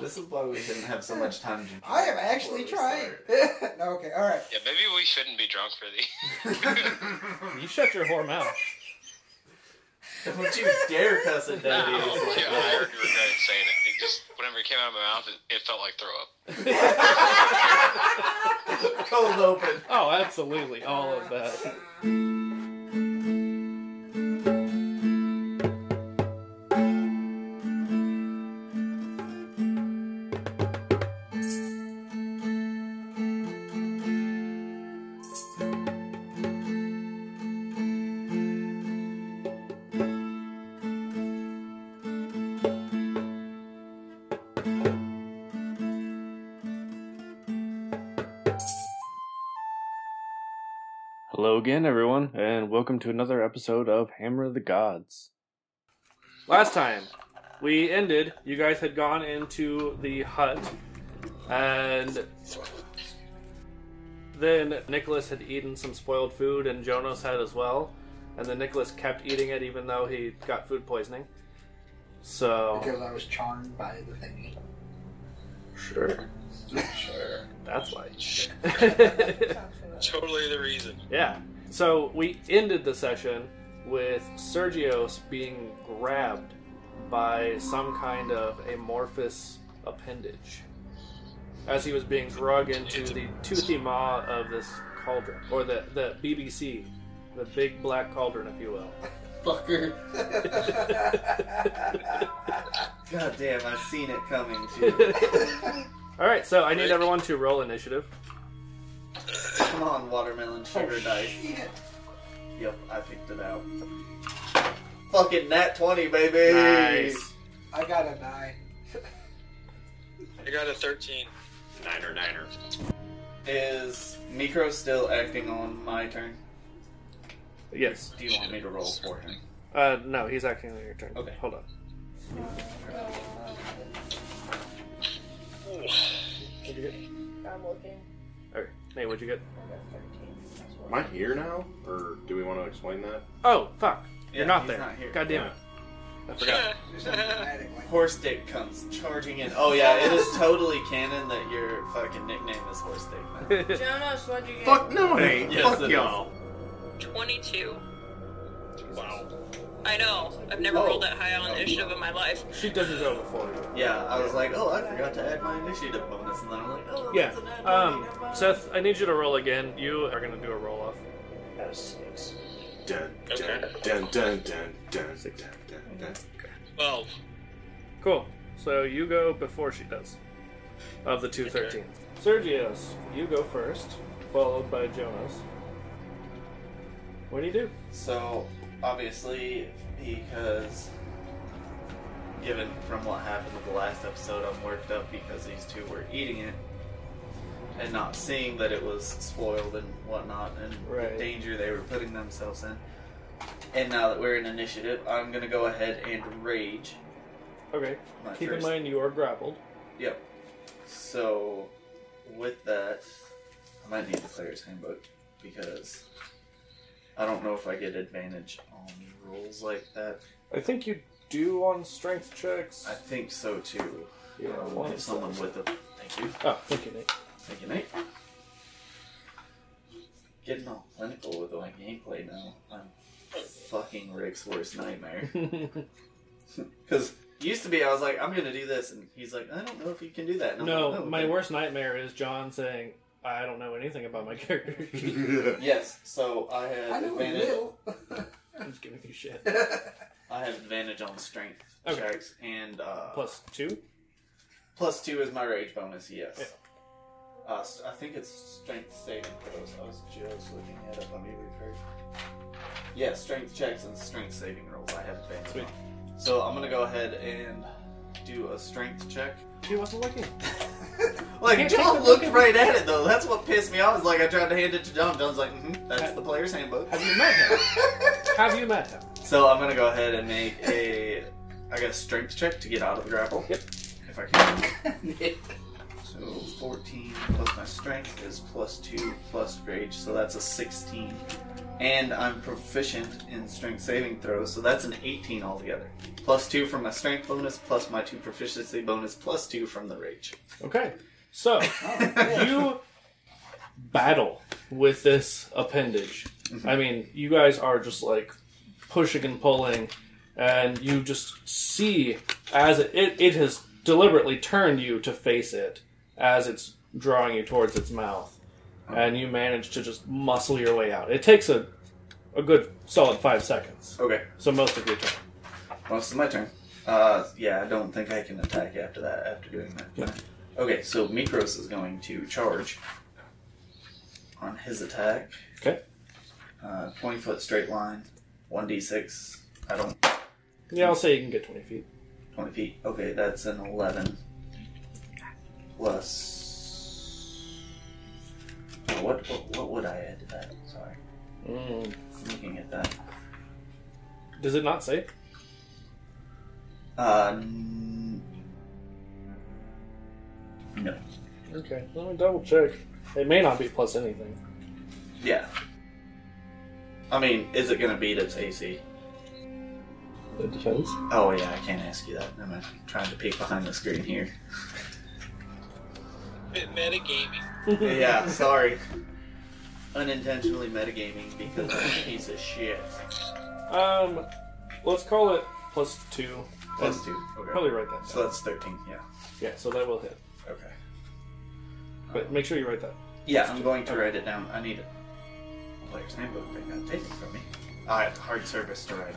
This is why we didn't have so much time to. I am actually before trying. no, okay, all right. Yeah, maybe we shouldn't be drunk for these. we started. You shut your whore mouth. Don't you dare cuss at yeah, Daddy. I already regretted saying it. It just whenever it came out of my mouth, it, it felt like throw up. Cold open. Oh, absolutely, all of that. Hello again, everyone, and welcome to another episode of Hammer of the Gods. Last time we ended, you guys had gone into the hut, and then Nicholas had eaten some spoiled food, and Jonas had as well. And then Nicholas kept eating it, even though he got food poisoning. So Because I was charmed by the thingy. sure, Sure. that's why. Totally the reason. Yeah. So we ended the session with Sergios being grabbed by some kind of amorphous appendage as he was being drug into the toothy maw of this cauldron, or the, the BBC, the big black cauldron, if you will. Fucker. God damn, I've seen it coming too. All right, so I need everyone to roll initiative. Come on, Oh, watermelon sugar dice. Oh, Shit. Yep, I picked it out. Fucking nat 20, baby! I got a nine. I got a 13. Niner, niner. Is Micro still acting on my turn? Yes. Do you want me to roll for him? Uh, no, he's acting on your turn. Okay. Hold on. I'm looking. All right. Nate, what'd you get? I got 13. That's what- Am I here now, or do we want to explain that? Oh, fuck. You're Yeah, not he's there. not here. God damn it. I forgot. There's something dramatic like Horse Dick comes charging in. Oh yeah, it is totally canon that your fucking nickname is Horse Dick. now. Jonas, what'd you get? Fuck no, it ain't. Yes, Fuck it is. y'all. 22. Wow. I know. I've never Whoa. rolled that high on initiative in my life. She doesn't go before you. Yeah, I was like, oh, I forgot to add my initiative bonus, and then I'm like, oh, Yeah. that's an add Um, bonus, never Seth, I need you to roll again. You are gonna do a roll off. Dun, dun, Okay. dun, dun, dun, dun, dun, dun, dun. Well, Cool. So you go before she does. Of the two Okay. thirteen. Sergios, you go first, followed by Jonas. What do you do? mind. So obviously, because given from what happened with the last episode, I'm worked up because these two were eating it and not seeing that it was spoiled and whatnot, and Right. the danger they were putting themselves in. And now that we're in initiative, I'm gonna go ahead and rage. Okay. My Keep in first mind you are grappled. Yep. So, with that, I might need the player's handbook because I don't know if I get advantage on rolls like that. I think you do on strength checks. I think so too. Yeah, Um, one if someone with a thank you, Oh, thank you, Nate. thank you, Nate. Getting all clinical with my gameplay now. I'm fucking Rick's worst nightmare. Because used to be, I was like, I'm gonna do this, and he's like, I don't know if you can do that. And I'm no, like, my Oh, okay." worst nightmare is John saying, I don't know anything about my character. sheet." Yes, so I had I know a advantage. little. I'm just giving you shit. I have advantage on strength Okay. checks, and uh, plus Plus two? plus two is my rage bonus. Yes. Yeah. Uh, s- I think it's strength saving throws. I was just looking at it. Let me refer. Yeah, strength checks and strength saving rolls. I have advantage. Sweet. on. So I'm gonna go ahead and do a strength check. She wasn't looking. Like Can't take John the looked fucking- right at it though. That's what pissed me off. Is like I tried to hand it to John. John's like, mm-hmm, that's the player's handbook. Have you met him? Have you met him? So I'm gonna go ahead and make a, I guess strength check to get out of the grapple. Yep. If I can. so 14 plus my strength is plus two plus rage, so that's a 16. and I'm proficient in strength saving throws, so that's an 18 altogether. Plus two from my strength bonus, plus my two proficiency bonus, plus two from the rage. Okay. So you battle with this appendage. I mean, you guys are just like pushing and pulling, and you just see as it, it, it has deliberately turned you to face it as it's drawing you towards its mouth, and you manage to just muscle your way out. It takes a a good solid five seconds, Okay, so most of your time. well, this is my turn. Uh, yeah, I don't think I can attack after that, after doing that. Yeah. Okay, so Mikros is going to charge on his attack. Okay. Uh, 20 foot straight line, 1d6. I don't Yeah, I'll say you can get twenty feet. 20 feet. Okay, that's an 11. Plus. Oh, What, what, what would I add to that? Sorry. Mm. I'm looking at that. Does it not say? Uh, n- no. Okay, let me double check. It may not be plus anything. Yeah. I mean, is it going to beat its AC? It depends. Oh, yeah, I can't ask you that. I'm trying to peek behind the screen here. Bit metagaming. yeah, sorry. Unintentionally metagaming because I'm a piece of shit. Um, let's call it plus two. Plus two. Okay. Probably write that. So Down. that's 13, yeah. Yeah, so that will hit. Okay. But make sure you write that. Yeah, I'm going to write it down. I need it. Player's handbook. They got taken from me. I have hard service to write.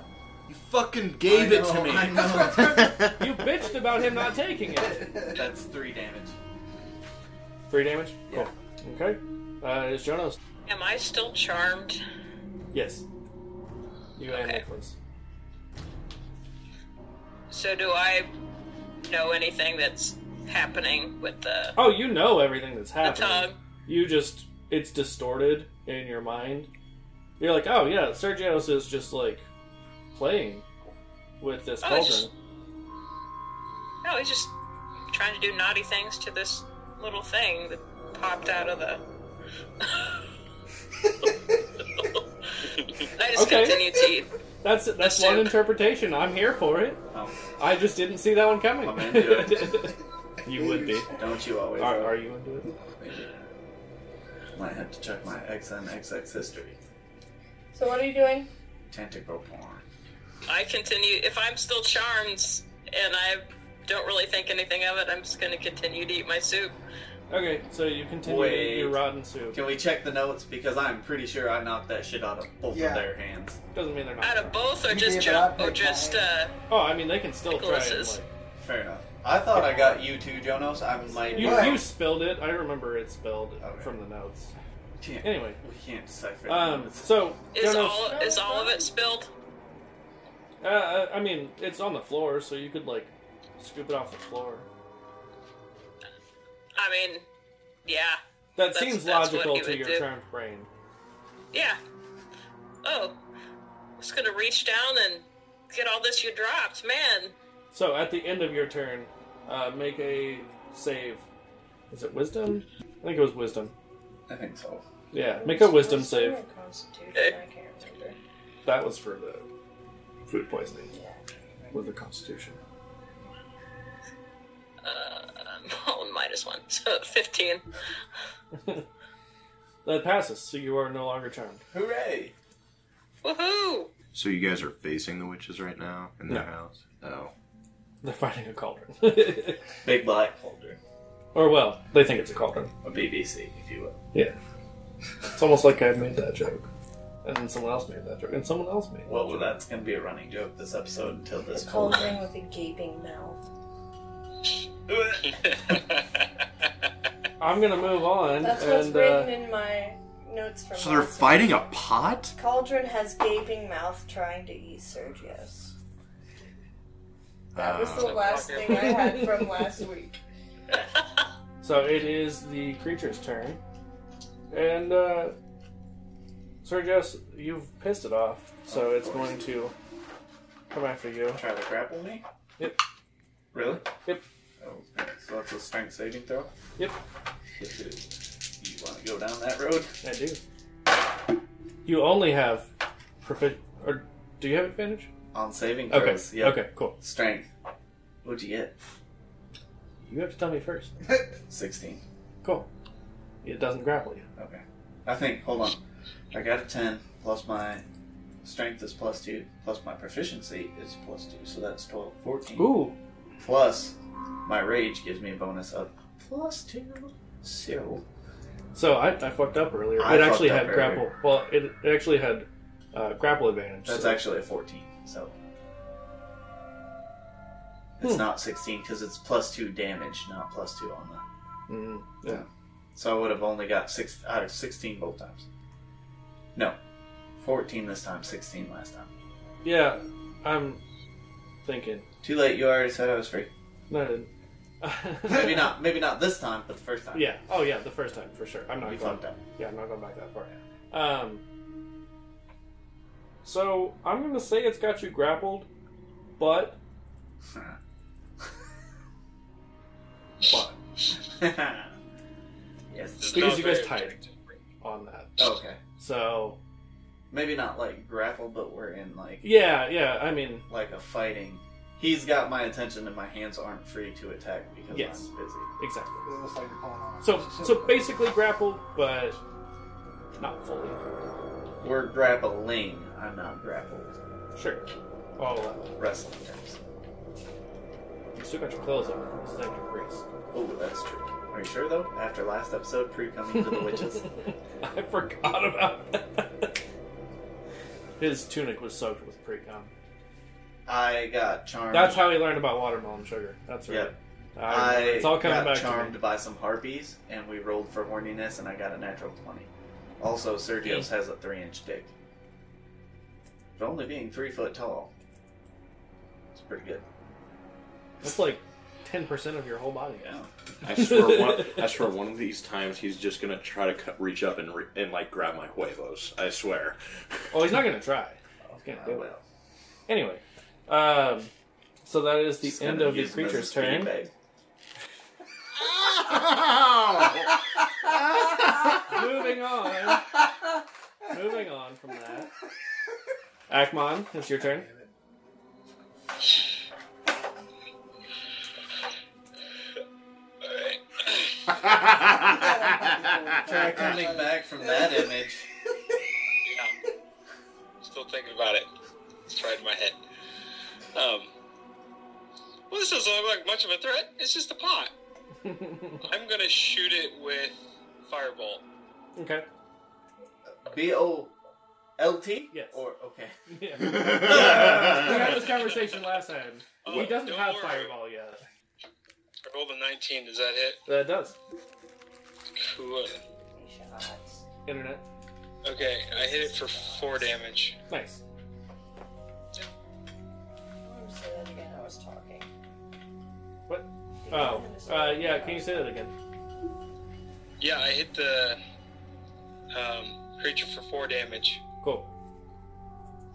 You fucking gave I it to know, me. I know. You bitched about him not taking it. That's three damage. Three damage. Yeah. Cool. Okay. Uh, it's Jonas. Am I still charmed? Yes. You and Okay. Nicholas. So do I know anything that's happening with the Oh, you know everything that's the happening. tongue? you just it's distorted in your mind. You're like, oh yeah, Sergios is just like playing with this Oh, cauldron. it's just- No, he's just trying to do naughty things to this little thing that popped out of the. I just Okay. continue to eat. That's that's soup. one interpretation. I'm here for it. Oh, I just didn't see that one coming. I'm into it. you would be. don't you always? Are, are you into it? Might have to check my X and XX history. So what are you doing? Tentacle porn. I continue. If I'm still charmed and I don't really think anything of it, I'm just going to continue to eat my soup. Okay, so you continue Wait. your rotten soup. Can we check the notes? Because I'm pretty sure I knocked that shit out of both Yeah. of their hands. Doesn't mean they're not. Out of both, or You just gave jump, up or on just uh, time. Oh, I mean they can still try. And, Nicholas's. like, Fair enough. I thought I got you too, Jonas. I might. you, Wow. you spilled it. I remember it spilled Okay. from the notes. can't, Anyway, we can't decipher. the um, notes. so is Jonas, all is all of it spilled? uh, uh, I mean it's on the floor, so you could like scoop it off the floor. I mean, yeah, That That's- seems that's what logical he to would your do. charmed brain. yeah. Oh, I'm just gonna reach down and get all this you dropped, man. So at the end of your turn, uh, make a save. Is it wisdom? I think it was wisdom. I think so. Yeah, make a wisdom save. Constitution, Eh. I can't remember. That was for the food poisoning with the Constitution. Um, oh, minus one, so fifteen. That passes, so you are no longer charmed. Hooray! Woohoo! So you guys are facing the witches right now in No. their house? Oh. They're fighting a cauldron, Big black folder. or well, they think it's a cauldron. A BBC, if you will. Yeah, it's almost like I made that joke, and then someone else made that joke, and someone else made. Well, that's going to be a running joke this episode until this The cauldron with a gaping mouth. That. I'm gonna move on, That's what's and written uh, in my notes from So they're last fighting a pot? week. Cauldron has gaping mouth trying to eat Sergio's. That was the Uh, last thing I had from last week. so it is the creature's turn, and uh, Sergius, you've pissed it off, so Of it's course. going to come after you. Try to grapple me? Yep. Really? Yep. Okay, so that's a strength saving throw? Yep. You want to go down that road? I do. You only have profi- or do you have advantage? on saving Okay. throws. Yep. Okay, cool. Strength. What'd you get? You have to tell me first. Sixteen. Cool. It doesn't grapple you. Okay. I think. Hold on. I got a ten plus my strength is plus two plus my proficiency is plus two, so that's 12, 14. Ooh. Plus my rage gives me a bonus of plus two. So So I, I fucked up earlier. I it actually fucked had up grapple. Well, it, it actually had uh, grapple advantage. that's so- actually a fourteen. So. It's Hmm. not 16 because it's plus 2 damage, not plus 2 on the. Mm, yeah. So I would have only got six out of sixteen both times. No, fourteen this time, sixteen last time. Yeah, I'm thinking. Too late. You already said I was free. No, I didn't. Maybe not. Maybe not this time, but the first time. Yeah. Oh, yeah. The first time for sure. I'm not you going. fucked up. Yeah, I'm not going back that far. Um. So I'm gonna say it's got you grappled, but but yes. This is Because not you guys very tied. objective. on that. Okay. So Maybe not like grapple, but we're in like yeah, yeah. I mean, like a fighting. He's got my attention, and my hands aren't free to attack because Yes. I'm busy. exactly. It looks like you're pulling on it. So so basically grappled, but not fully. We're grappling. I'm not grappled. Sure. All that. Wrestling terms. You still got your clothes on. It's like your grace. Oh, that's true. Are you sure though? After last episode, pre coming to the witches. I forgot about that. His tunic was soaked with pre-cum. I got charmed. That's how he learned about watermelon sugar. That's right. Yep. I, I it's all coming got back charmed to me. by some harpies, and we rolled for horniness, and I got a natural twenty. Also, Sergio's has a three-inch dick, but only being three foot tall. It's pretty good. That's like ten percent of your whole body. Yeah. I swear, one, I swear, one of these times he's just gonna try to cut, reach up and re, and like grab my huevos. I swear. Oh, he's not gonna try. He's gonna Uh, do it well, anyway. Um, so that is the just end gonna of the use him as a creature's speed turn. bag. Moving on. Moving on from that. Akmon, it's your turn. Alright. Try coming back from that image. Yeah. Still thinking about it. It's right in my head. Um. Well, this doesn't look like much of a threat. It's just a pot. I'm gonna shoot it with firebolt. okay. B O L T. Yes. Or okay. Yeah. we had this conversation last time. Oh, he doesn't don't have worry. fireball yet. I rolled a 19. Does that hit? That Uh, does. Cool. Shots. Internet. Okay, I hit it for four damage. Nice. Let me say that again. I was talking. What? Oh, uh, yeah. Can you say that again? Yeah, I hit the um, creature for four damage. Cool.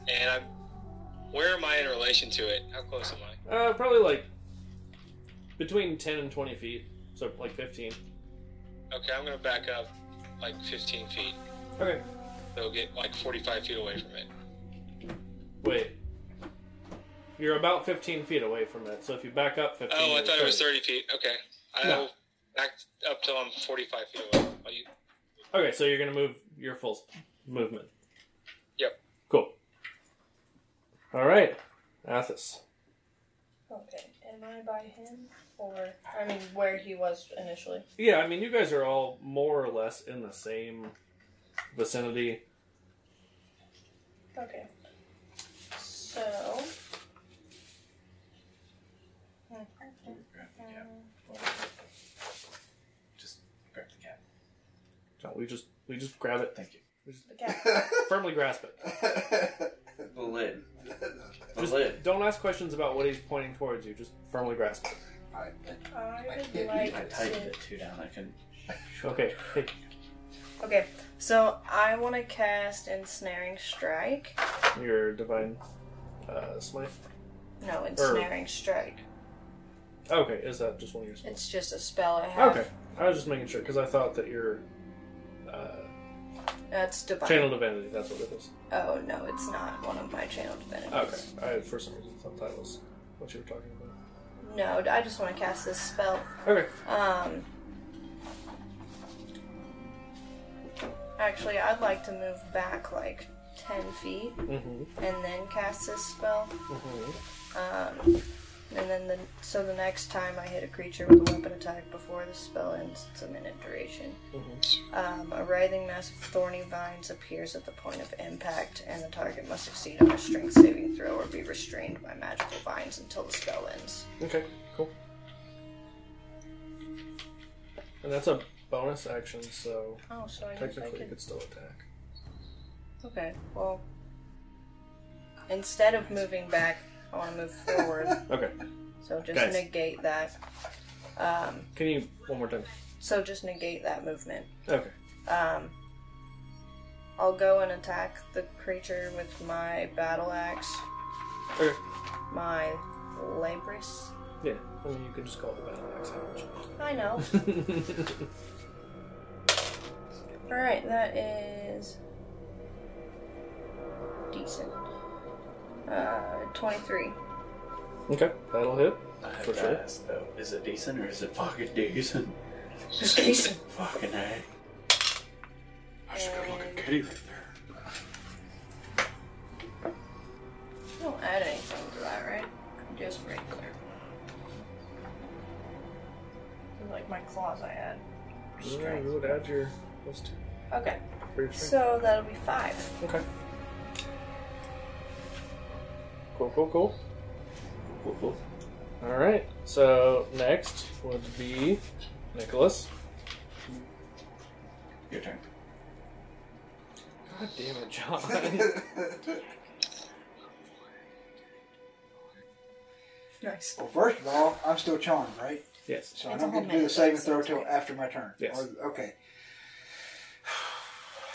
And I'm. Where am I in relation to it? How close am I? Uh, probably like between ten and twenty feet, so like fifteen. Okay, I'm gonna back up like 15 feet. Okay. So get like 45 feet away from it. Wait. You're about fifteen feet away from it, so if you back up fifteen. Oh, I you're thought it was 30 feet. Okay. I'll No. back up till I'm 45 feet away. Are you- Okay, so you're gonna move your full s- movement. Yep. Cool. All right, Athos. Okay. Am I by him? Or, I mean, where he was initially? Yeah, I mean, you guys are all more or less in the same vicinity. Okay. So. Grab the cap. Just grab the cap. No, we just we just grab it, Thank you. The cat. firmly grasp it. The lid. The Just lid. don't ask questions about what he's pointing towards you. Just firmly grasp it. I- I can't would read I like tightened to. it too down. I couldn't. Okay. Hey, Okay, so I want to cast Ensnaring Strike. your divine uh, smite. No, Ensnaring Strike. Okay, is that just one of your spells? It's just a spell I have. Okay, I was just making sure because I thought that your uh, That's divine. Channel Divinity, that's what it is. Oh no, it's not one of my channel divinities. Okay. I, for some reason, thought that was what you were talking about. No, I just want to cast this spell. Okay. Um. Actually, I'd like to move back like ten feet Mm-hmm. and then cast this spell. Mm-hmm. Um, and then the so the next time I hit a creature with a weapon attack before the spell ends, it's a minute duration. Mm-hmm. Um, a writhing mass of thorny vines appears at the point of impact, and the target must succeed on a strength saving throw or be restrained by magical vines until the spell ends. Okay, cool. And that's a bonus action, so Oh, so I guess I technically you could. could still attack. Okay, well, instead of moving back, I want to move forward. Okay. So just Guys. negate that. Um, Can you one more time? so just negate that movement. Okay. Um, I'll go and attack the creature with my battle axe, Okay. my labris. Yeah. I mean, you can just call it the battle axe. how would you- I know. All right, that is decent. Uh, twenty-three. okay, that'll hit. I have For to sure. ask though, is it decent or is it fucking decent? Just decent. Fucking A. That's a good looking kitty right there. I don't add anything to that, right? Just regular. Like my claws, I had. Yeah, you would add your plus two. Okay, for your strength. so that'll be five. okay. Cool, cool, cool. Cool, cool. All right. So next would be Nicholas. Your turn. God damn it, John. Nice. well, first of all, I'm still charmed, right? yes. So I It's a don't whole get to do the minute, saving so throw it's till okay. after my turn. Yes. Or- okay.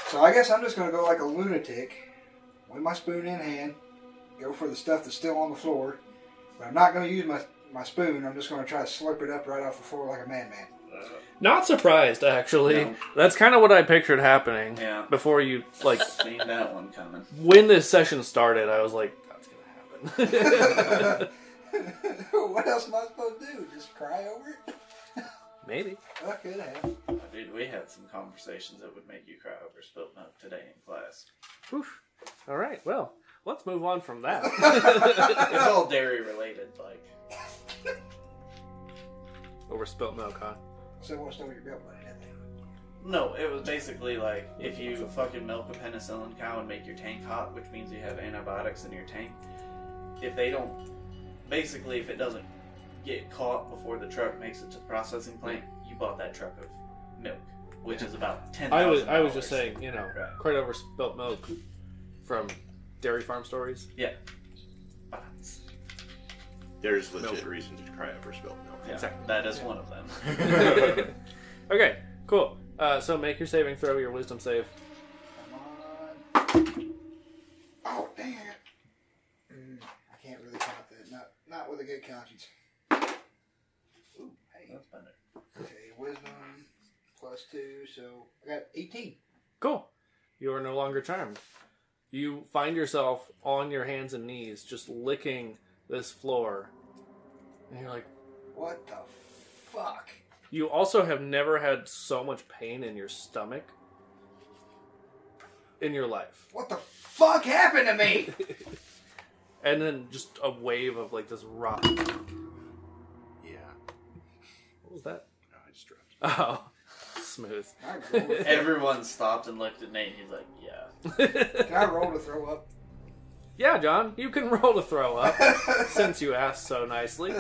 So I guess I'm just going to go like a lunatic with my spoon in hand, go for the stuff that's still on the floor, but I'm not going to use my, my spoon. I'm just going to try to slurp it up right off the floor like a madman. Not surprised, actually. No. That's kind of what I pictured happening. Yeah. Before you like Seen that one coming. when this session started, I was like, that's gonna happen. what else am I supposed to do? Just cry over it? Maybe. That could happen. Oh, Dude, we had some conversations that would make you cry over spilt milk today in class. Oof. All right. Well, let's move on from that. It's all dairy related, like. Over spilt milk, huh? So what's over your belt line? didn't they? No, it was basically like if you fucking milk a penicillin cow and make your tank hot, which means you have antibiotics in your tank. If they don't, basically, if it doesn't get caught before the truck makes it to the processing plant, you bought that truck of milk, which is about ten. I was I was just saying, you know, Right. quite over spilt milk from Dairy Farm Stories. There's legit Milk. reason to cry over spilled milk. Yeah, Exactly. That is one of them. okay. Cool. Uh, so make your saving throw, your wisdom save. Come on. Oh, dang it. Mm, I can't really count that. Not, not with a good conscience. Ooh, hey. That's better. Okay, wisdom plus two, so I got 18. Cool. You are no longer charmed. You find yourself on your hands and knees, just licking this floor, and you're like, What the fuck? You also have never had so much pain in your stomach in your life. What the fuck happened to me? And then just a wave of like this rock. Yeah. What was that? No, I just dropped. Oh, smooth. Can I roll to- Everyone stopped and looked at Nate. He's like, "Yeah, can I roll to throw up? yeah, John, you can roll to throw up since you asked so nicely.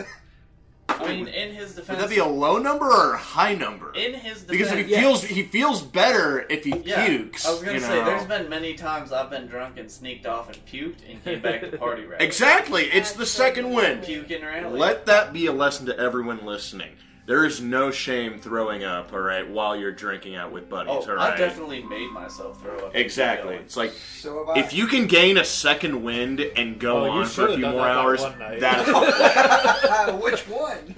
I mean, in his Would defense, that be a low number or a high number? in his defense, because if he yeah. feels he feels better if he Yeah, pukes. I was gonna you say, know. there's been many times I've been drunk and sneaked off and puked and came back to party right. Exactly. It's the second win. Puking rally. Let that be a lesson to everyone listening. There is no shame throwing up, all right, while you're drinking out with buddies, oh, all I right? definitely made myself throw up. exactly. It's like So have I. if you can gain a second wind and go Oh, you on should for a have few done more that that hours, one night. that's Which one?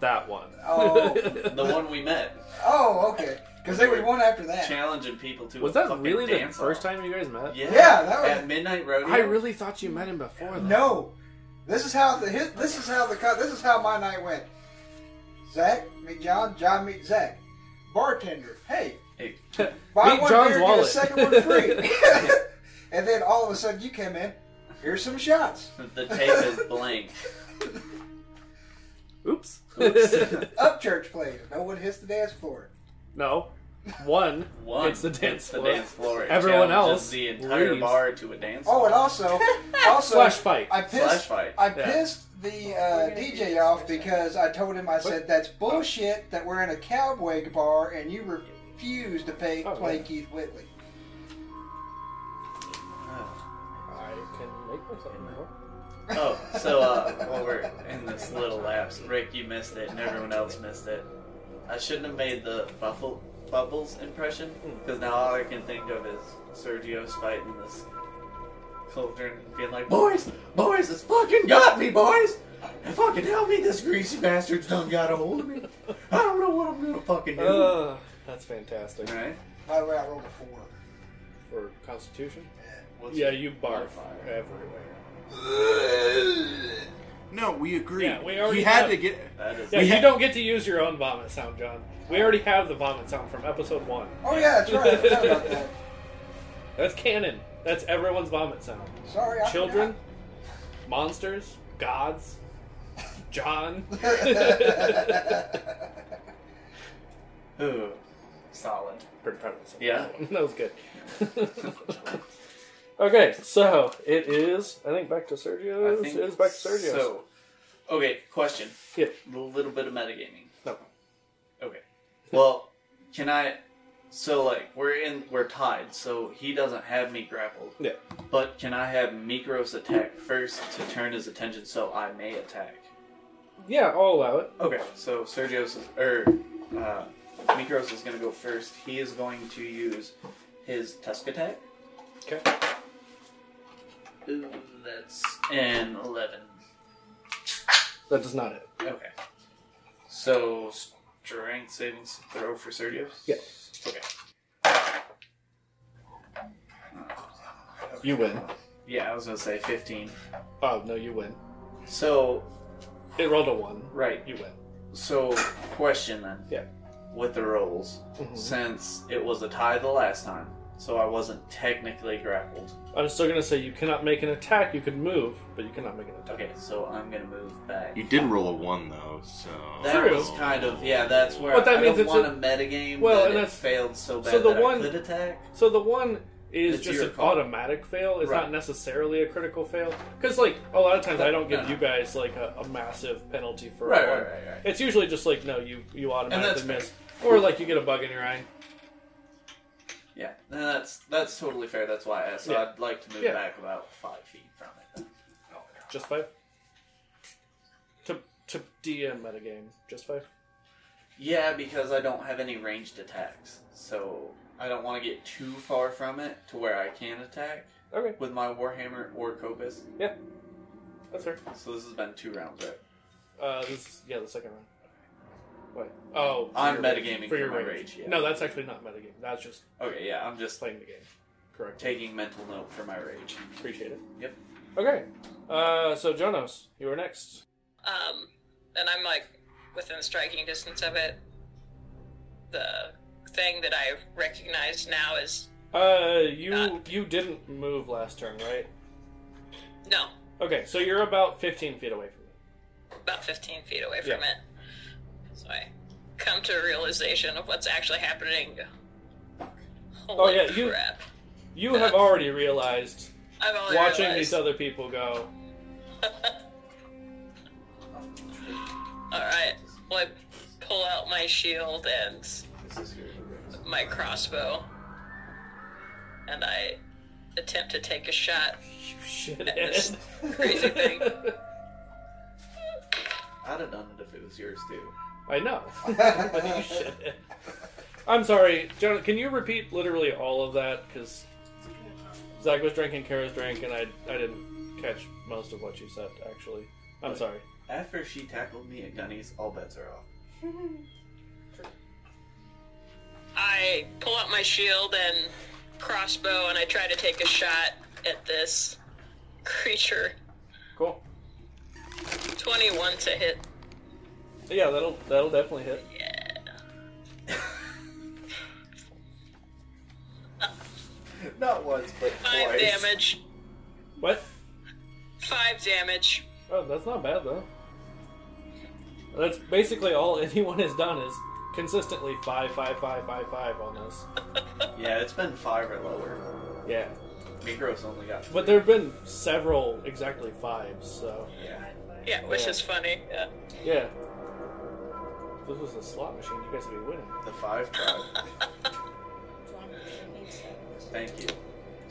That one. Oh. The one we met. Oh, okay. Because there was one after that. challenging people to Was a that fucking really the dance first off. time you guys met? Yeah, Yeah, that was- at midnight rodeo. I really thought you met him before. Though. No, this is how the his, this is how the co- this is how my night went. Zach meet John. John meet Zach. Bartender. Hey, Hey, buy Meet one John's beer, get wallet. a second one free. and then all of a sudden you came in. Here's some shots. the tape is blank. Oops. Oops. Up church plays. No one hits the dance floor. no. One. One It's the dance the floor. dance floor. It Everyone challenges else the entire leaves. bar to a dance. Oh, and off. also, also Flash fight. I pissed. Slash fight. I Yeah. pissed the uh, DJ off because I told him I said that's bullshit that we're in a cowboy bar and you refuse to pay, Oh, play yeah. Keith Whitley. I can make myself more. Oh, so uh, while we're in this little lapse, Rick, you missed it, and everyone else missed it. I shouldn't have made the buffle, bubbles impression Hmm. because now all I can think of is Sergio's fighting this cauldron and being like, "Boys, boys, it's fucking got me, boys! And fucking help me! This greasy bastard's done got a hold of me. I don't know what I'm gonna fucking do." Uh, that's fantastic. All right? By the way, I rolled a four. For Constitution? What's Yeah, your you barf modifier? everywhere. No, we agreed. Yeah, we already he had have- to get. That is Yeah, We you ha- don't get to use your own vomit sound, John. We already have the vomit sound from episode one. Oh yeah, that's right. I forgot about that. That's canon. That's everyone's vomit sound. Sorry, I Children, forgot. monsters, gods, John. Ooh, solid. Pretty proud of myself. Yeah. that was good. okay, so it is. I think back to Sergio. I think It is back to Sergio. So, okay, question. Yeah. A little bit of metagaming. No. Okay. Well, can I? So like we're in, we're tied. So he doesn't have me grappled. Yeah. But can I have Mikros attack first to turn his attention so I may attack? yeah, I'll allow it. Okay. So Sergio's or uh, Mikros is going to go first. He is going to use his tusk attack. Okay. Ooh, that's an eleven. That does not hit. Okay. So strength savings throw for Sergio. Yeah. Okay. You win. Yeah, I was gonna say fifteen. Oh no, you win. So It rolled a one. right. You win. So question then. Yeah. Mm-hmm. With the rolls, since it was a tie the last time, so I wasn't technically grappled. I'm still gonna say you cannot make an attack. You could move, but you cannot make an attack. Okay, so I'm gonna move back. You did roll a one though, so That True. was kind of yeah. That's where But that I means don't it's want to metagame. well, that and it that's- failed so bad so the that one- I could attack. So the one is It's just your an call. automatic fail. It's Right. not necessarily a critical fail. Because like a lot of times, I don't give No. you guys like a, a massive penalty for Right, a one. right, right, right. It's usually just like no, you you automatically And that's miss, or like you get a bug in your eye. Yeah, and that's that's totally fair. That's why I asked. So Yeah. I'd like to move Yeah. back about five feet from it. Just five. To to DM metagame, just five. Yeah, because I don't have any ranged attacks, so I don't want to get too far from it to where I can attack Okay, with my warhammer or copus. that's fair. So this has been two rounds, right? Uh, this is, yeah, the second round. Wait. Oh, for I'm your- metagaming for my rage, yeah. No, that's actually not metagame. That's just Okay, yeah, I'm just playing the game. Correct. taking mental note for my rage. Appreciate it. Yep. Okay. Uh, so Jonas, you are next. Um, and I'm like within striking distance of it. The thing that I recognize now is Uh, you Uh. you didn't move last turn, right? no, Okay, so you're about 15 feet away from me. about 15 feet away from Yeah. it. So I come to a realization of what's actually happening. Holy Oh, yeah, you- crap. You have already realized I've only watching realized, these other people go. Um, All right, well, I pull out my shield and This is here. the my crossbow, and I attempt to take a shot You shit. at this crazy thing. I'd have done it if it was yours too. I know. But you should. I'm sorry, John. Can you repeat literally all of that? Because Zach was drinking Kara's drink, and I I didn't catch most of what you said. Actually, I'm sorry. After she tackled me at Gunny's, all bets are off. I out my shield and crossbow and I try to take a shot at this creature. Cool. 21 to hit. Yeah, that'll that'll definitely hit. Not once, but Five twice. damage. What? Five damage. Oh, that's not bad though. That's basically all anyone has done is consistently five, five, five, five, five on this. Yeah, it's been five or lower. Yeah, Migros only got. but there have been several exactly fives. So Yeah. Yeah, which Yeah. is funny. Yeah. yeah, if this was a slot machine. You guys would be winning. The five card. Thank you.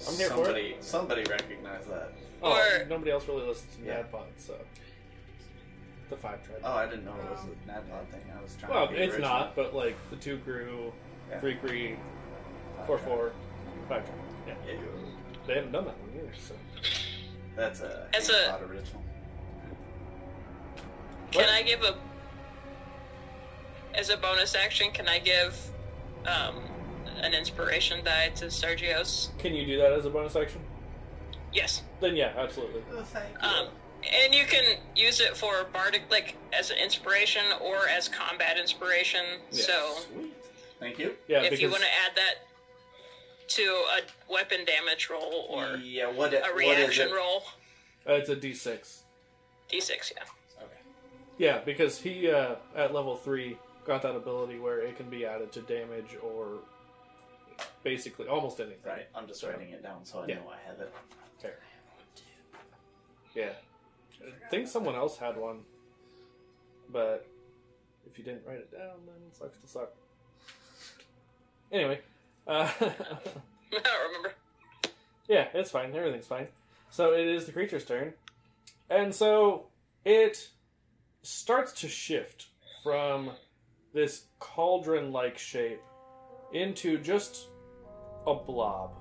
I'm here for it. somebody, somebody recognize that. Oh, Or- nobody else really listens to Yeah. Mad Pod, so the five tribe. Oh, I didn't know it was a Nadbot thing. I was trying well, to be it's original. not, but like the two grew, Yeah. three grew, four four, five tribe. Yeah, Ew. they haven't done that one either. So That's a It's Harry a- Potter original. Can What? I give a as a bonus action? Can I give um, an inspiration die to Sergio's? can you do that as a bonus action? Yes. Then yeah, absolutely. Oh, thank you. Um, and you can use it for bardic, like as an inspiration or as combat inspiration. Yeah. So Sweet. Thank you. Yeah, if because you want to add that to a weapon damage roll or yeah, what, it, a what is reaction it? roll, uh, it's a d6. d6, yeah. Yeah, because he uh, at level three got that ability where it can be added to damage or basically almost anything. Right, I'm just writing it down so I Yeah. know I have it. Yeah. I think someone else had one. But if you didn't write it down, then it sucks to suck. Anyway. Uh, I don't remember. yeah, it's fine. Everything's fine. So it is the creature's turn. And so it starts to shift from this cauldron like shape into just a blob.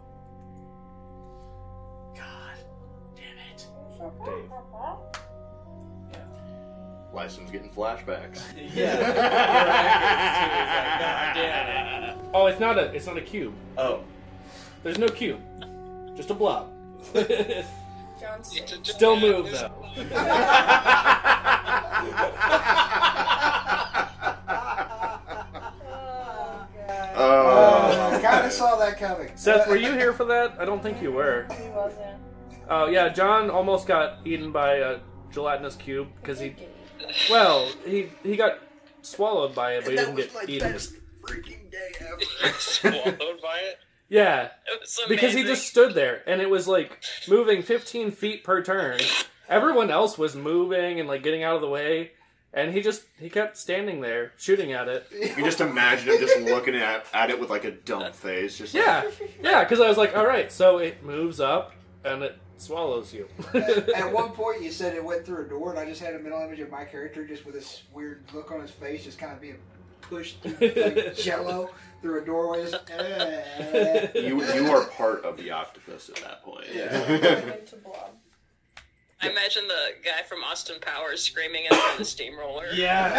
God damn it. Dave. License getting flashbacks. Yeah. Oh, it's not a it's not a cube. oh, There's no cube. Just a blob. John It's a Still giant- move though. Oh, I Oh. kind of saw that coming. Seth, were you here for that? I don't think you were. He wasn't. Oh yeah, John almost got eaten by a gelatinous cube because he well he he got swallowed by it, but he didn't get eaten. freaking day ever. swallowed by it. Yeah, It was amazing. because he just stood there and it was like moving 15 feet per turn. Everyone else was moving and like getting out of the way, and he just he kept standing there shooting at it. You just imagine him just looking at, at it with like a dumb face. Just like, Yeah, yeah, because I was like, all right, so it moves up and it swallows you. At, at one point, you said it went through a door, and I just had a mental image of my character just with this weird look on his face, just kind of being pushed through, like jello through a doorway. Just, eh. you you are part of the octopus at that point. Yeah. I imagine the guy from Austin Powers screaming at the steamroller. yes,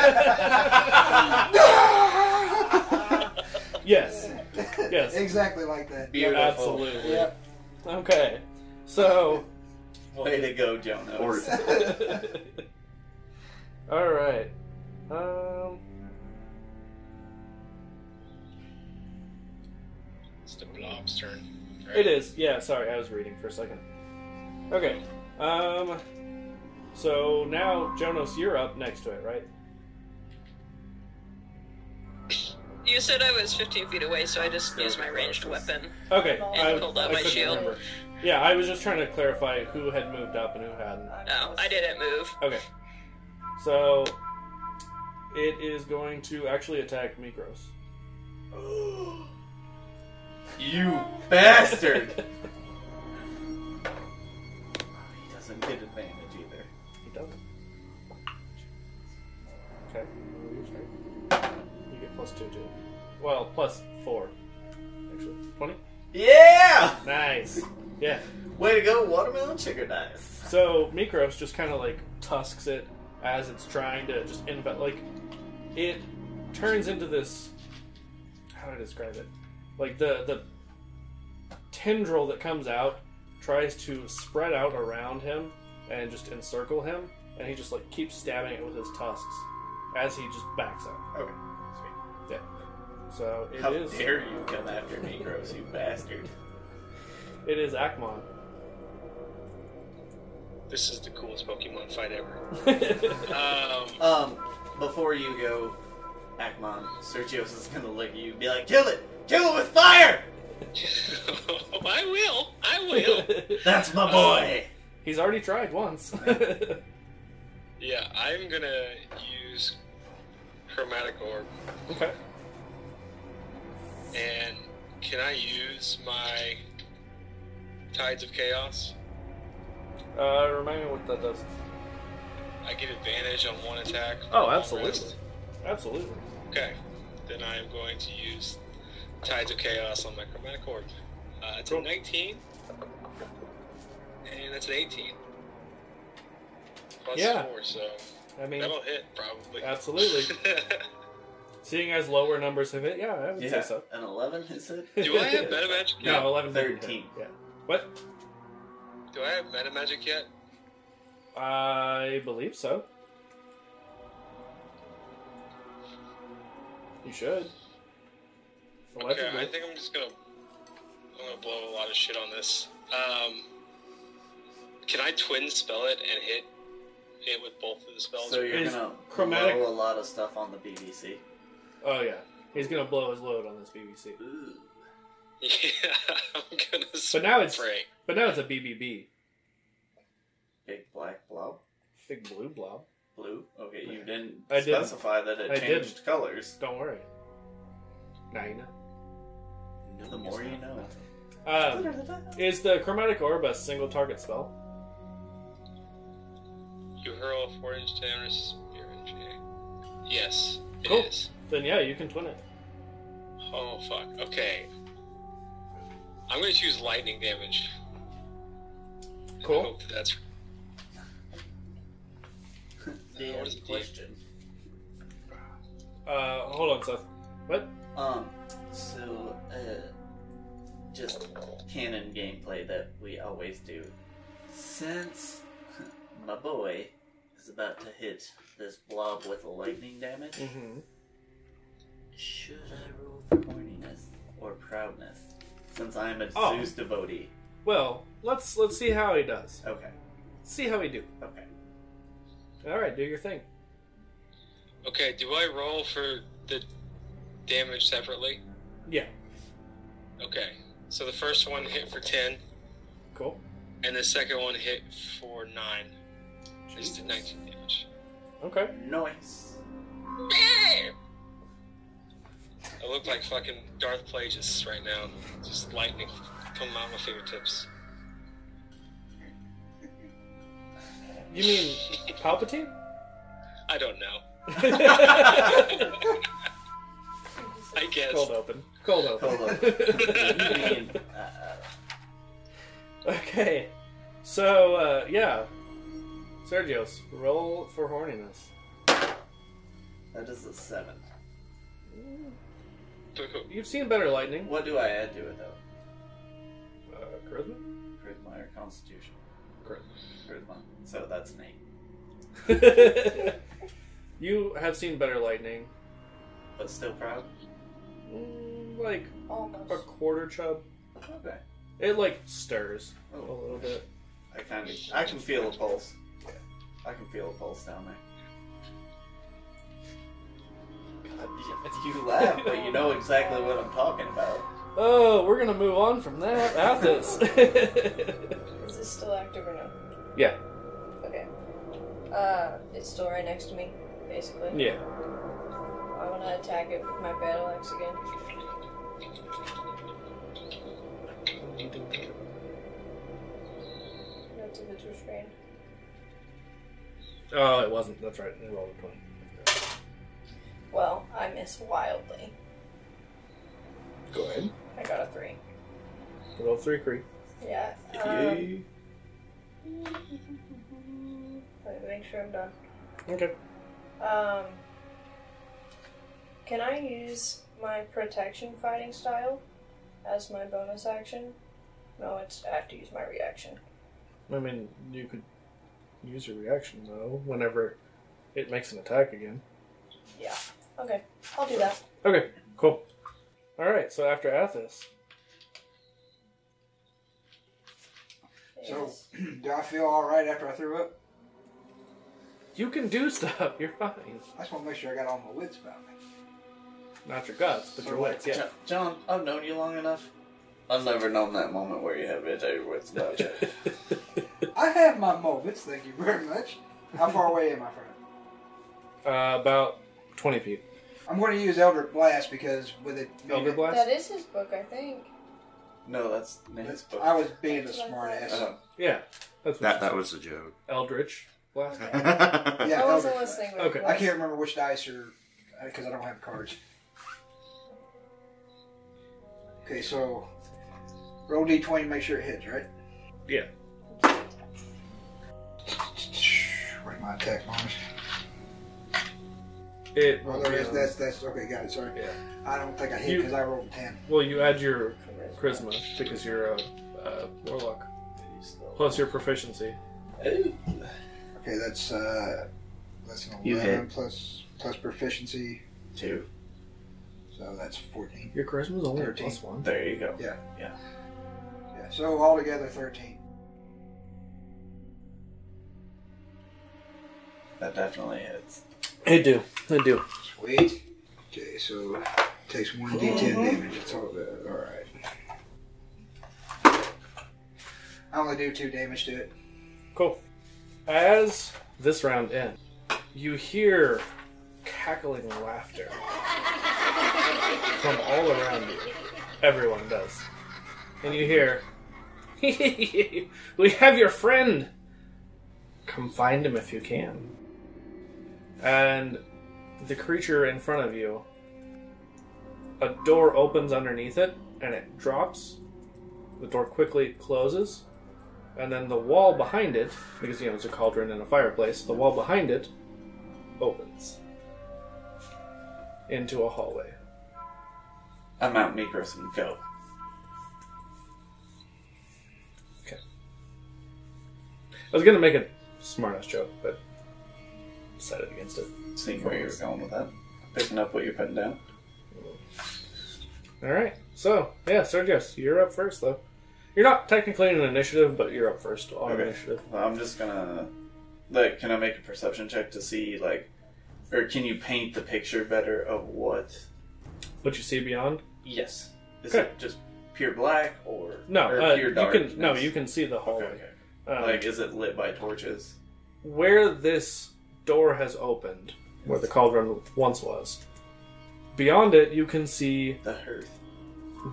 yes, exactly like that. beautiful. absolutely. Yep. Okay, so Way to go, Jonas. Or all right, um, It's the blob's turn. it is. Yeah, sorry, I was reading for a second. Okay, um, so now Jonas, you're up next to it, right? You said I was 15 feet away, so I just used my ranged weapon. Okay, I, pulled out I my couldn't shield. remember. Yeah, I was just trying to clarify who had moved up and who hadn't. No, Oh, I didn't move. Okay. So it is going to actually attack Mikros. You bastard! he doesn't get advantage either. He doesn't. Okay. You get plus two too. Well, plus four. Actually. Twenty? Yeah! Nice. Yeah. Way to go, watermelon sugar dice. So Mikros just kinda like tusks it as it's trying to just invent like it turns into this how do I describe it? Like the the tendril that comes out tries to spread out around him and just encircle him, and he just like keeps stabbing it with his tusks as he just backs out. Okay. So it How is dare you come after me, gross, you bastard. it is Akmon. This is the coolest Pokemon fight ever. Um, Um, before you go, Akmon, Sergios is gonna look at you and be like, kill it! Kill it with fire! I will. I will. That's my boy! He's already tried once. Yeah, I'm gonna use Chromatic Orb. okay. And can I use my Tides of Chaos? Uh, remind me what that does. I get advantage on one attack. Oh, one absolutely. rest. Absolutely. Okay, then I am going to use Tides of Chaos on my Chromatic Orb. Uh, it's Cool. a 19, and that's an 18. Plus Yeah. 4, so I mean, that'll hit probably. absolutely. Seeing as lower numbers have hit, yeah, I would say so. An 11, is it? Do I have Meta Magic yet? No, 11 didn't 13. hit. Yeah. What? Do I have Meta Magic yet? I believe so. You should. Okay, Allegedly. I think I'm just gonna I'm gonna blow a lot of shit on this. Um, can I twin spell it and hit it with both of the spells? So you're Is gonna chromatic- blow a lot of stuff on the BBC. Oh yeah, he's gonna blow his load on this BBC. Ooh. yeah, I'm gonna. But now it's spray. but now it's a BBB, Big black blob. big blue blob. Blue? Okay, you didn't I didn't. specify that it I changed didn't. colors. Don't worry. Now you know. The more you know. Um, is the chromatic orb a single target spell? You hurl a four-inch diameter spear into it. Yes, it is. Cool. Then yeah, you can twin it. Oh fuck. Okay. I'm gonna choose lightning damage. And I Cool. hope that that's Damn What is the question? Uh, hold on, Seth. What? Um, so, uh, just canon gameplay that we always do. Since my boy is about to hit this blob with lightning damage, Mm-hmm. should I roll for horniness or proudness? Since I'm a Oh. Zeus devotee. Well, let's let's see how he does. Okay, See how he do. okay. All right, do your thing. okay. Do I roll for the damage separately? Yeah. Okay. So the first one hit for ten, Cool. and the second one hit for nine. Just did Jesus. nineteen damage. Okay. Noise. I look like fucking Darth Plagueis right now. Just lightning coming out my fingertips. You mean Palpatine? I don't know. I guess. Cold open. Cold open. Hold up. You mean, uh, okay. So uh, yeah, Sergio's roll for horniness. that is a seven. Boo. You've seen better lightning. What do I add to it though? Uh, charisma. Charisma or Constitution? Charisma. Charisma. So that's an eight. you have seen better lightning. But still proud. Mm, Like Almost. a quarter chub. Okay. It like stirs a Oh, little bit. I kind of. I can feel a pulse. I can feel a pulse down there. God, you- you laugh, but you know exactly what I'm talking about. Oh, we're gonna move on from that. Athos. Is this still active or no? yeah. Okay. Uh, it's still right next to me, basically. Yeah. I want to attack it with my battle axe again. That's a bit restrained. Oh, it wasn't. That's right. It rolled a twenty. Well, I miss wildly. Go ahead. I got a three. Roll three creep. Yeah. Um, let me make sure I'm done. Okay. Um, can I use my protection fighting style as my bonus action. No, it's I have to use my reaction. I mean, you could use your reaction though whenever it makes an attack again. Yeah. Okay, I'll do that. Okay, cool. All right, so after Athos, So, Yes. do I feel all right after I threw up? you can do stuff. You're fine. I just want to make sure I got all my wits about me. Not your guts, but So your what- legs. Yeah. Jo- John, I've known you long enough. I've never known that moment where you have it everywhere's about you. I have my moments. Thank you very much. How far away am I from? it? Uh, about twenty feet. I'm going to use Elder Blast because with it, being- Elder blast. That is his book, I think. No, that's Nate's book. I was being a That's what I smart ass. Oh. Yeah, that's what That that, that was a joke. Eldritch blast. Yeah, I wasn't Eldritch listening. Blast. when it I was. can't remember which dice are because I don't have cards. Okay, so roll d20, make sure it hits, right? Yeah. Where's my attack bonus? It. Oh, will there be it is. on- That's that's okay. Got it. Sorry, Yeah. I don't think I hit You- because I rolled a ten. Well, you add your charisma because you're a, a warlock plus your proficiency. Ooh. Okay, that's uh, that's an You eleven hit. plus plus proficiency, Two. so that's fourteen. Your charisma's only a plus one. There you go. Yeah, Yeah. yeah. So altogether thirteen. That definitely hits. They do. They do. Sweet. Okay, so it takes one d10 damage. That's all that. All right. I only do two damage to it. Cool. As this round ends, you hear cackling laughter from all around you. Everyone does. And you hear, We have your friend! Come find him if you can. And the creature in front of you, a door opens underneath it and it drops. The door quickly closes and then the wall behind it, because you know it's a cauldron and a fireplace, the wall behind it opens into a hallway. I'm out Mikros and go. I was gonna make a smartass joke, but decided against it. Seeing where you're going with that. Picking up what you're putting down. All right, so yeah, Sergius, you're up first though. You're not technically in an initiative, but you're up first on Okay. initiative. Well, I'm just gonna. Like, can I make a perception check to see, like, or can you paint the picture better of what? What you see beyond? Yes. Is Okay. it just pure black or No, or uh, pure you can no, darkness? you can see the Okay, hallway. okay. Um, like, is it lit by torches? where this door has opened, where the cauldron once was, beyond it you can see. The hearth,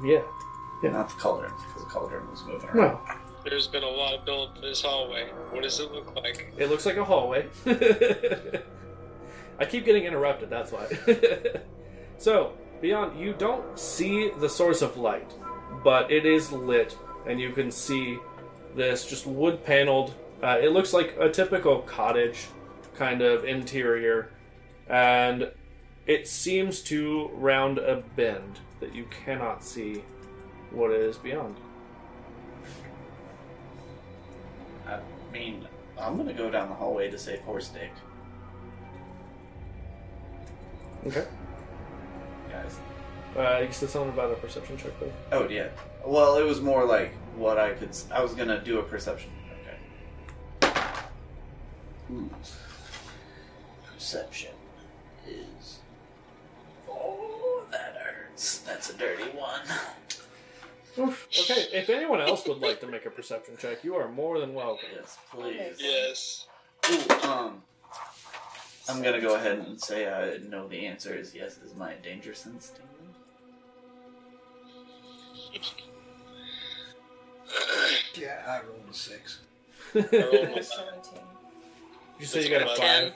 Yeah. Yeah. not the cauldron, because the cauldron was moving around. No. There's been a lot of build in this hallway. What does it look like? It looks like a hallway. I keep getting interrupted, that's why. so, beyond, you don't see the source of light, but it is lit, and you can see this just wood paneled. Uh, it looks like a typical cottage kind of interior, and it seems to round a bend that you cannot see what is beyond. I mean, I'm gonna go down the hallway to save horse dick, Okay. guys. Uh, you said something about a perception check, though. Oh yeah. Well, it was more like what I could. s- I was gonna do a perception. Okay. Ooh. Perception is. Oh, that hurts. That's a dirty one. Okay, if anyone else would like to make a perception check, you are more than welcome. Yes, please. Yes. Ooh, um. I'm gonna go ahead and say I know the answer is yes. Is my danger sense tingling? Yeah, I rolled a six. I rolled my- Seventeen. You say you got a five.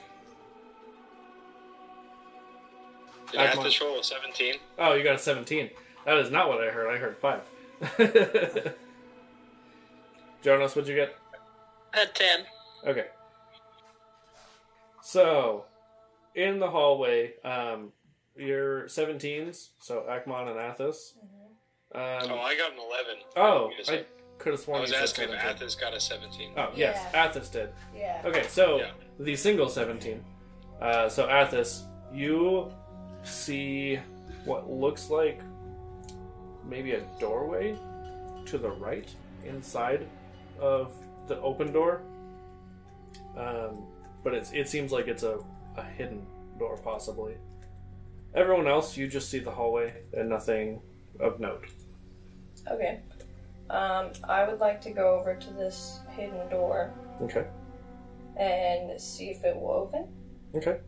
Did I have Come on. to roll a 17? Oh, you got a seventeen. That is not what I heard. I heard five. Jonas, what'd you get? A ten. Okay. So, in the hallway, um, your 17s, so Akmon and Athos, Oh, Um, I got an 11. oh, Wait a I second. could have I sworn you was said asking if 17. Athens got a 17. Oh, yes, Athos did. Yeah. Okay, so Yeah. the single 17. Uh, so, Athos, you see what looks like maybe a doorway to the right inside of the open door. Um, but it's, it seems like it's a, a hidden door, possibly. Everyone else, you just see the hallway and nothing of note. Okay. Um, I would like to go over to this hidden door Okay. and see if it will open. Okay.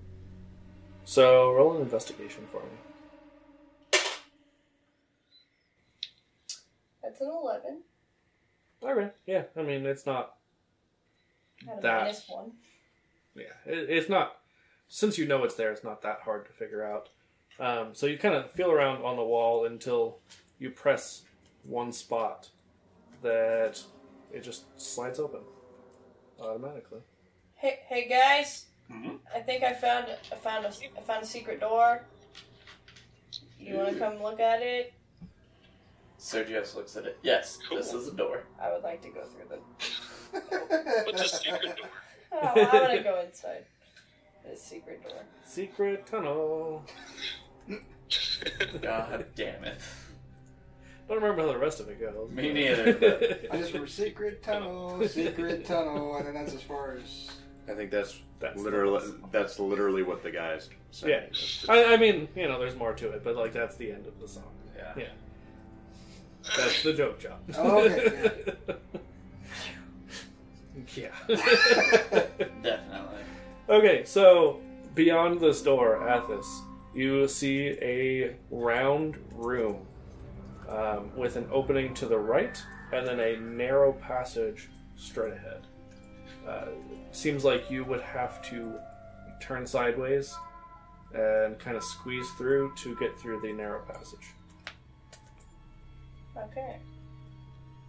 So, roll an investigation for me. That's an 11. Okay. Yeah. I mean, it's not. Had a That- minus one. Yeah. It, it's not. Since you know it's there, it's not that hard to figure out. Um, so you kind of feel around on the wall until you press one spot that it just slides open automatically. Hey, hey guys. Mm-hmm. Mhm. I think I found I found a I found a secret door. You want to come look at it? Sergius looks at it. Yes, this is a door. I would like to go through the. What's a secret door? Oh, I want to go inside this secret door. Secret tunnel. God damn it. Don't remember how the rest of it goes. Me neither, but- I just remember secret tunnel, secret tunnel, and then that's as far as. I think that's That's literally that's literally what the guys said. Yeah. I, I mean, you know, there's more to it, but like that's the end of the song. Yeah. Yeah. That's the joke job. Okay, yeah. Definitely. Okay, so beyond this door, Athos, you see a round room um, with an opening to the right and then a narrow passage straight ahead. Uh, seems like you would have to turn sideways and kind of squeeze through to get through the narrow passage. Okay.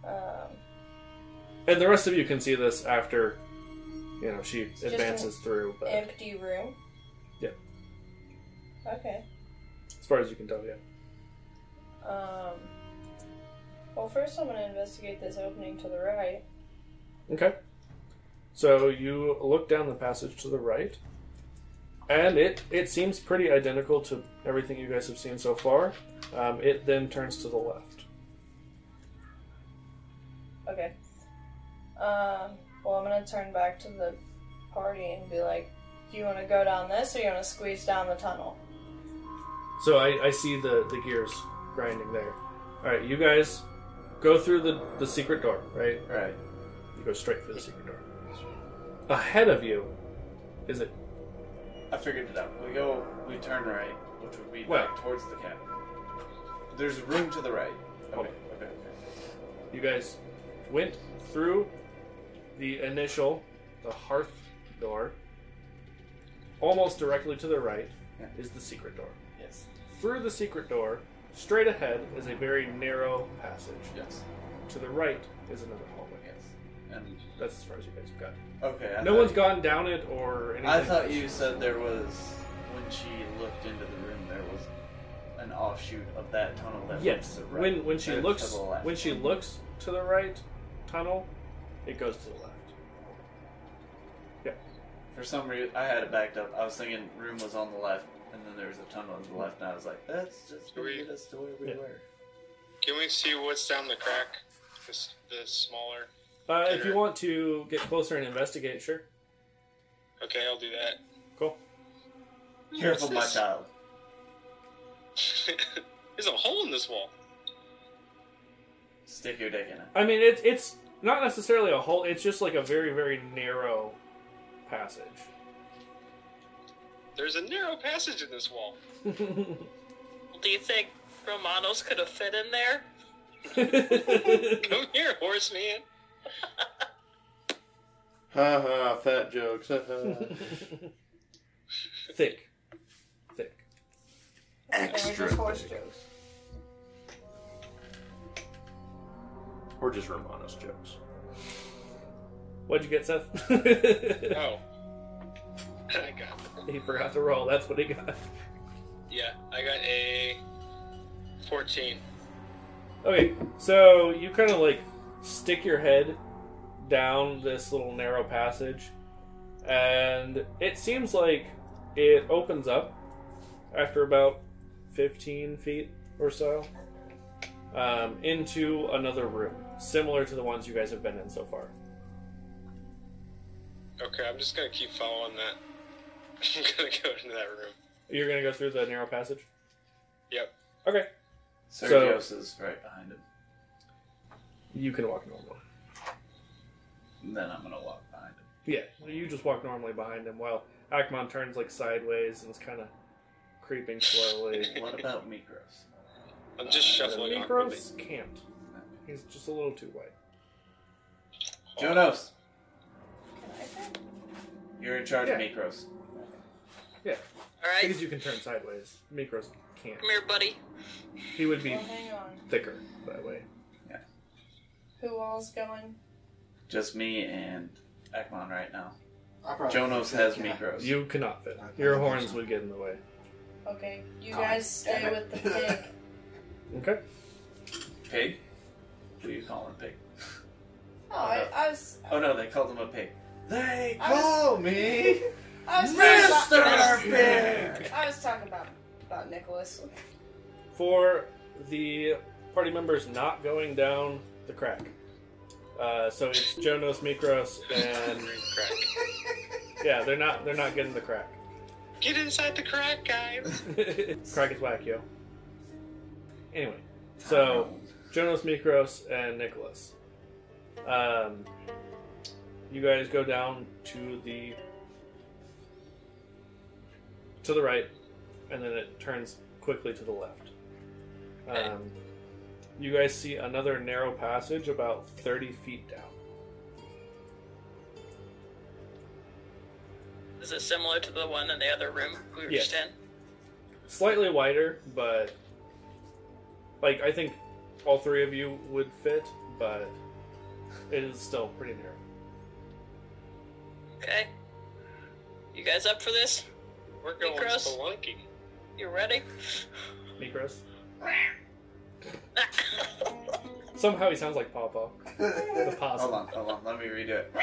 Um, And the rest of you can see this after, you know, she just advances through. But empty room. Yeah. Okay. as far as you can tell, yeah. Um, well, first I'm going to investigate this opening to the right. Okay. So you look down the passage to the right, and it it seems pretty identical to everything you guys have seen so far. Um, it then turns to the left. Okay. Um, well, I'm going to turn back to the party and be like, do you want to go down this or you want to squeeze down the tunnel? So I, I see the the gears grinding there. All right, you guys go through the the secret door, right? Right. You go straight through the secret door. Ahead of you is it I figured it out. We go, we turn right, which would be Where? back towards the cabin. There's room to the right. Oh, Okay, okay, okay. You guys went through the initial, the hearth door. Almost directly to the right Yeah. is the secret door. Yes, Through the secret door, straight ahead is a very narrow passage. yes, To the right is another hallway. yes. And That's as far as you guys have got. okay, I no thought one's you- gone down it or anything. I thought you said there was when she looked into the room there was an offshoot of that tunnel that went Yes. to the right. When when she and looks to the left. when she looks to the right tunnel, it goes to the left. for some reason I had it backed up. I was thinking room was on the left and then there was a tunnel to the left and I was like, That's just gonna We- get us to where we Yeah. were. Can we see what's down the crack? This, the smaller. Uh, if you want to get closer and investigate, sure. Okay, I'll do that. Cool. Careful my What's this? child. There's a hole in this wall. Stick your dick in it. I mean, it's it's not necessarily a hole. It's just like a very very narrow passage. There's a narrow passage in this wall. Do you think Romanos could have fit in there? Come here, horseman. Ha ha, fat jokes. Ha ha. thick, thick. They were Extra. just horse thick. jokes. Or just Romano's jokes. What'd you get, Seth? Oh. I got he forgot to roll. That's what he got. Yeah, I got a 14. Okay, so you kind of like stick your head down this little narrow passage, and it seems like it opens up after about 15 feet or so um, into another room, similar to the ones you guys have been in so far. Okay, I'm just gonna keep following that. I'm gonna go into that room. You're gonna go through the narrow passage? Yep. Okay. So- Sergios is right behind him. You can walk normally. And then I'm gonna walk behind him. Yeah, you just walk normally behind him while Akmon turns like sideways and is kind of creeping slowly. What about Mikros? I'm just Uh, shuffling awkwardly. Negros can't. He's just a little too wide. Jonos, Can I fit? you're in charge of Yeah. Mikros. All right, Because you can turn sideways. Mikros can't. come here, buddy. He would be Well, hang on. thicker that way. Who all's going? Just me and Ekman right now. I probably Jonos think, has yeah. Mikros. You cannot fit. I- I Your think horns so. would get in the way. Okay, you God guys stay damn with it. the pig. Okay. Pig? Who you call him pig? Oh, I, I was. Oh no, they called him a pig. They I was- call me I was, talking Mr. about, Pig! I was talking about about Nicholas. For the party members not going down the crack. Uh, so it's Jonos, Mikros, and Green crack. yeah, they're not they're not getting the crack. Get inside the crack, guys. crack is whack, yo. Anyway, so Jonas Mikros and Nicholas. Um, you guys go down to the to the right, and then it turns quickly to the left. Um, you guys see another narrow passage about thirty feet down. Is it similar to the one in the other room we were Yes. just in? Slightly wider, but like I think all three of you would fit, but it is still pretty narrow. Okay. You guys up for this? We're going Gross. spelunking. You ready? Mikros. Somehow he sounds like Papa. The possum. Hold on, hold on, let me redo it.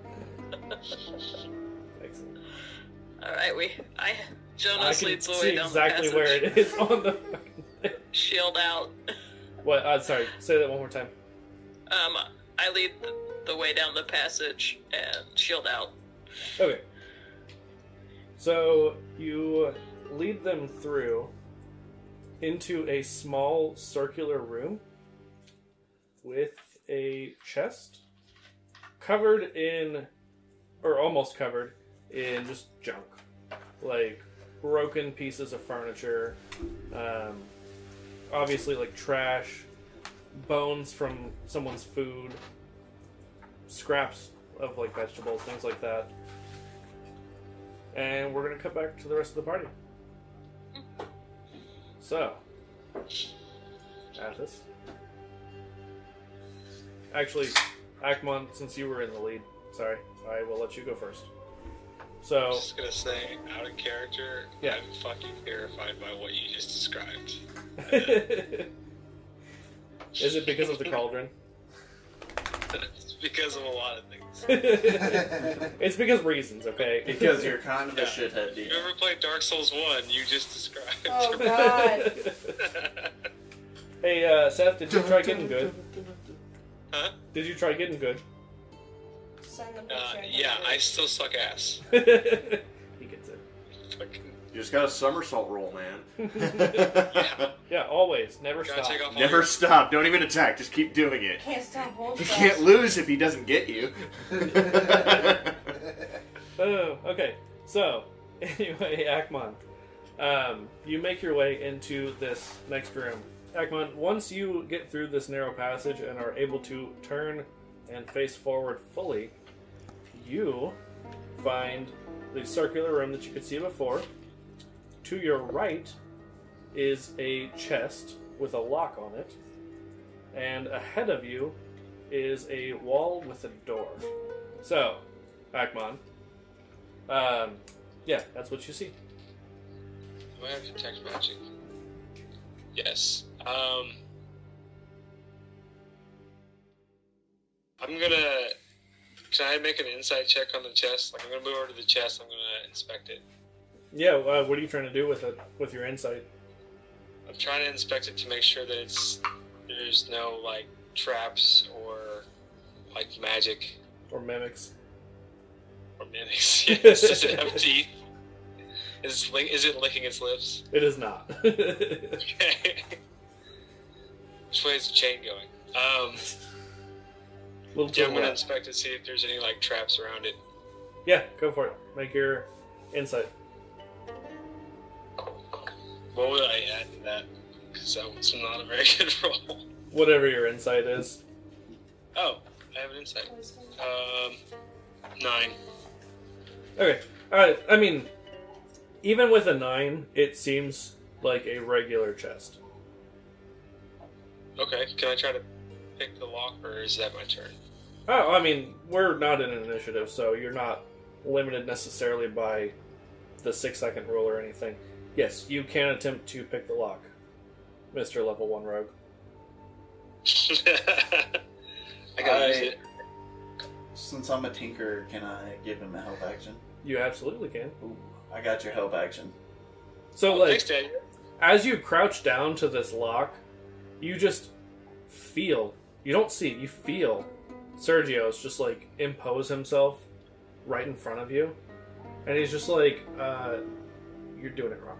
Excellent. All right, we. I. I Jonas can leads the see way down exactly the passage. where it is on the. fucking thing. Shield out. What? Uh, sorry. Say that one more time. Um, I lead the, the way down the passage and shield out. Okay. So you lead them through into a small circular room with a chest covered in, or almost covered in just junk, like broken pieces of furniture, um, obviously like trash, bones from someone's food, scraps of like vegetables, things like that and we're gonna cut back to the rest of the party. So, Athos. Actually, Akmon, since you were in the lead, sorry, I will let you go first. I'm So, just gonna say, out of character, Yeah. I'm fucking terrified by what you just described. is it because of the cauldron? it's because of a lot of things. it's Jonos. because reasons, okay? Because you're kind of a shithead, You dude. ever played Dark Souls 1? You just described. Oh God! hey, uh, Seth, did you try getting good? huh? Did you try getting good? Send the picture. Uh, yeah, I still suck ass. he gets it. Fucking You just got a somersault roll, man. Yeah, always. Never gotta stop. take off all Never your- stop. Don't even attack. Just keep doing it. can't stop holding. He can't lose if he doesn't get you. Oh, okay. So, anyway, Akmon, um, you make your way into this next room. Akmon, once you get through this narrow passage and are able to turn and face forward fully, you find the circular room that you could see before. To your right is a chest with a lock on it, and ahead of you is a wall with a door. So, Akmon, um, yeah, that's what you see. Do I have detect magic? Yes. Um, I'm gonna. Can I make an inside check on the chest? Like, I'm gonna move over to the chest. I'm gonna inspect it. Yeah, uh, what are you trying to do with it? With your insight? I'm trying to inspect it to make sure that it's there's no like traps or like magic Or mimics? or mimics. Yes. Does it have teeth? Is it, lick- is it licking its lips? It is not. Okay. Which way is the chain going? Um, Little to yeah, the I'm gonna left. inspect it, see if there's any like traps around it. yeah, go for it. Make your insight. What would I add to that? Because that was not a very good roll. Whatever your insight is. Oh, I have an insight. Um, nine. Okay. Uh, I mean, even with a nine, it seems like a regular chest. Okay, can I try to pick the lock, or is that my turn? Oh, I mean, we're not in an initiative, so you're not limited necessarily by the six second rule or anything. Yes, you can attempt to pick the lock, Mister Level One Rogue. I gotta I- use it. Since I'm a tinker, can I give him a help action? You absolutely can. Ooh, I got your help action. So, like, Oh, Thanks, Dad. as you crouch down to this lock, you just feel. You don't see. You feel Sergio's just like impose himself right in front of you, and he's just like, uh, "You're doing it wrong."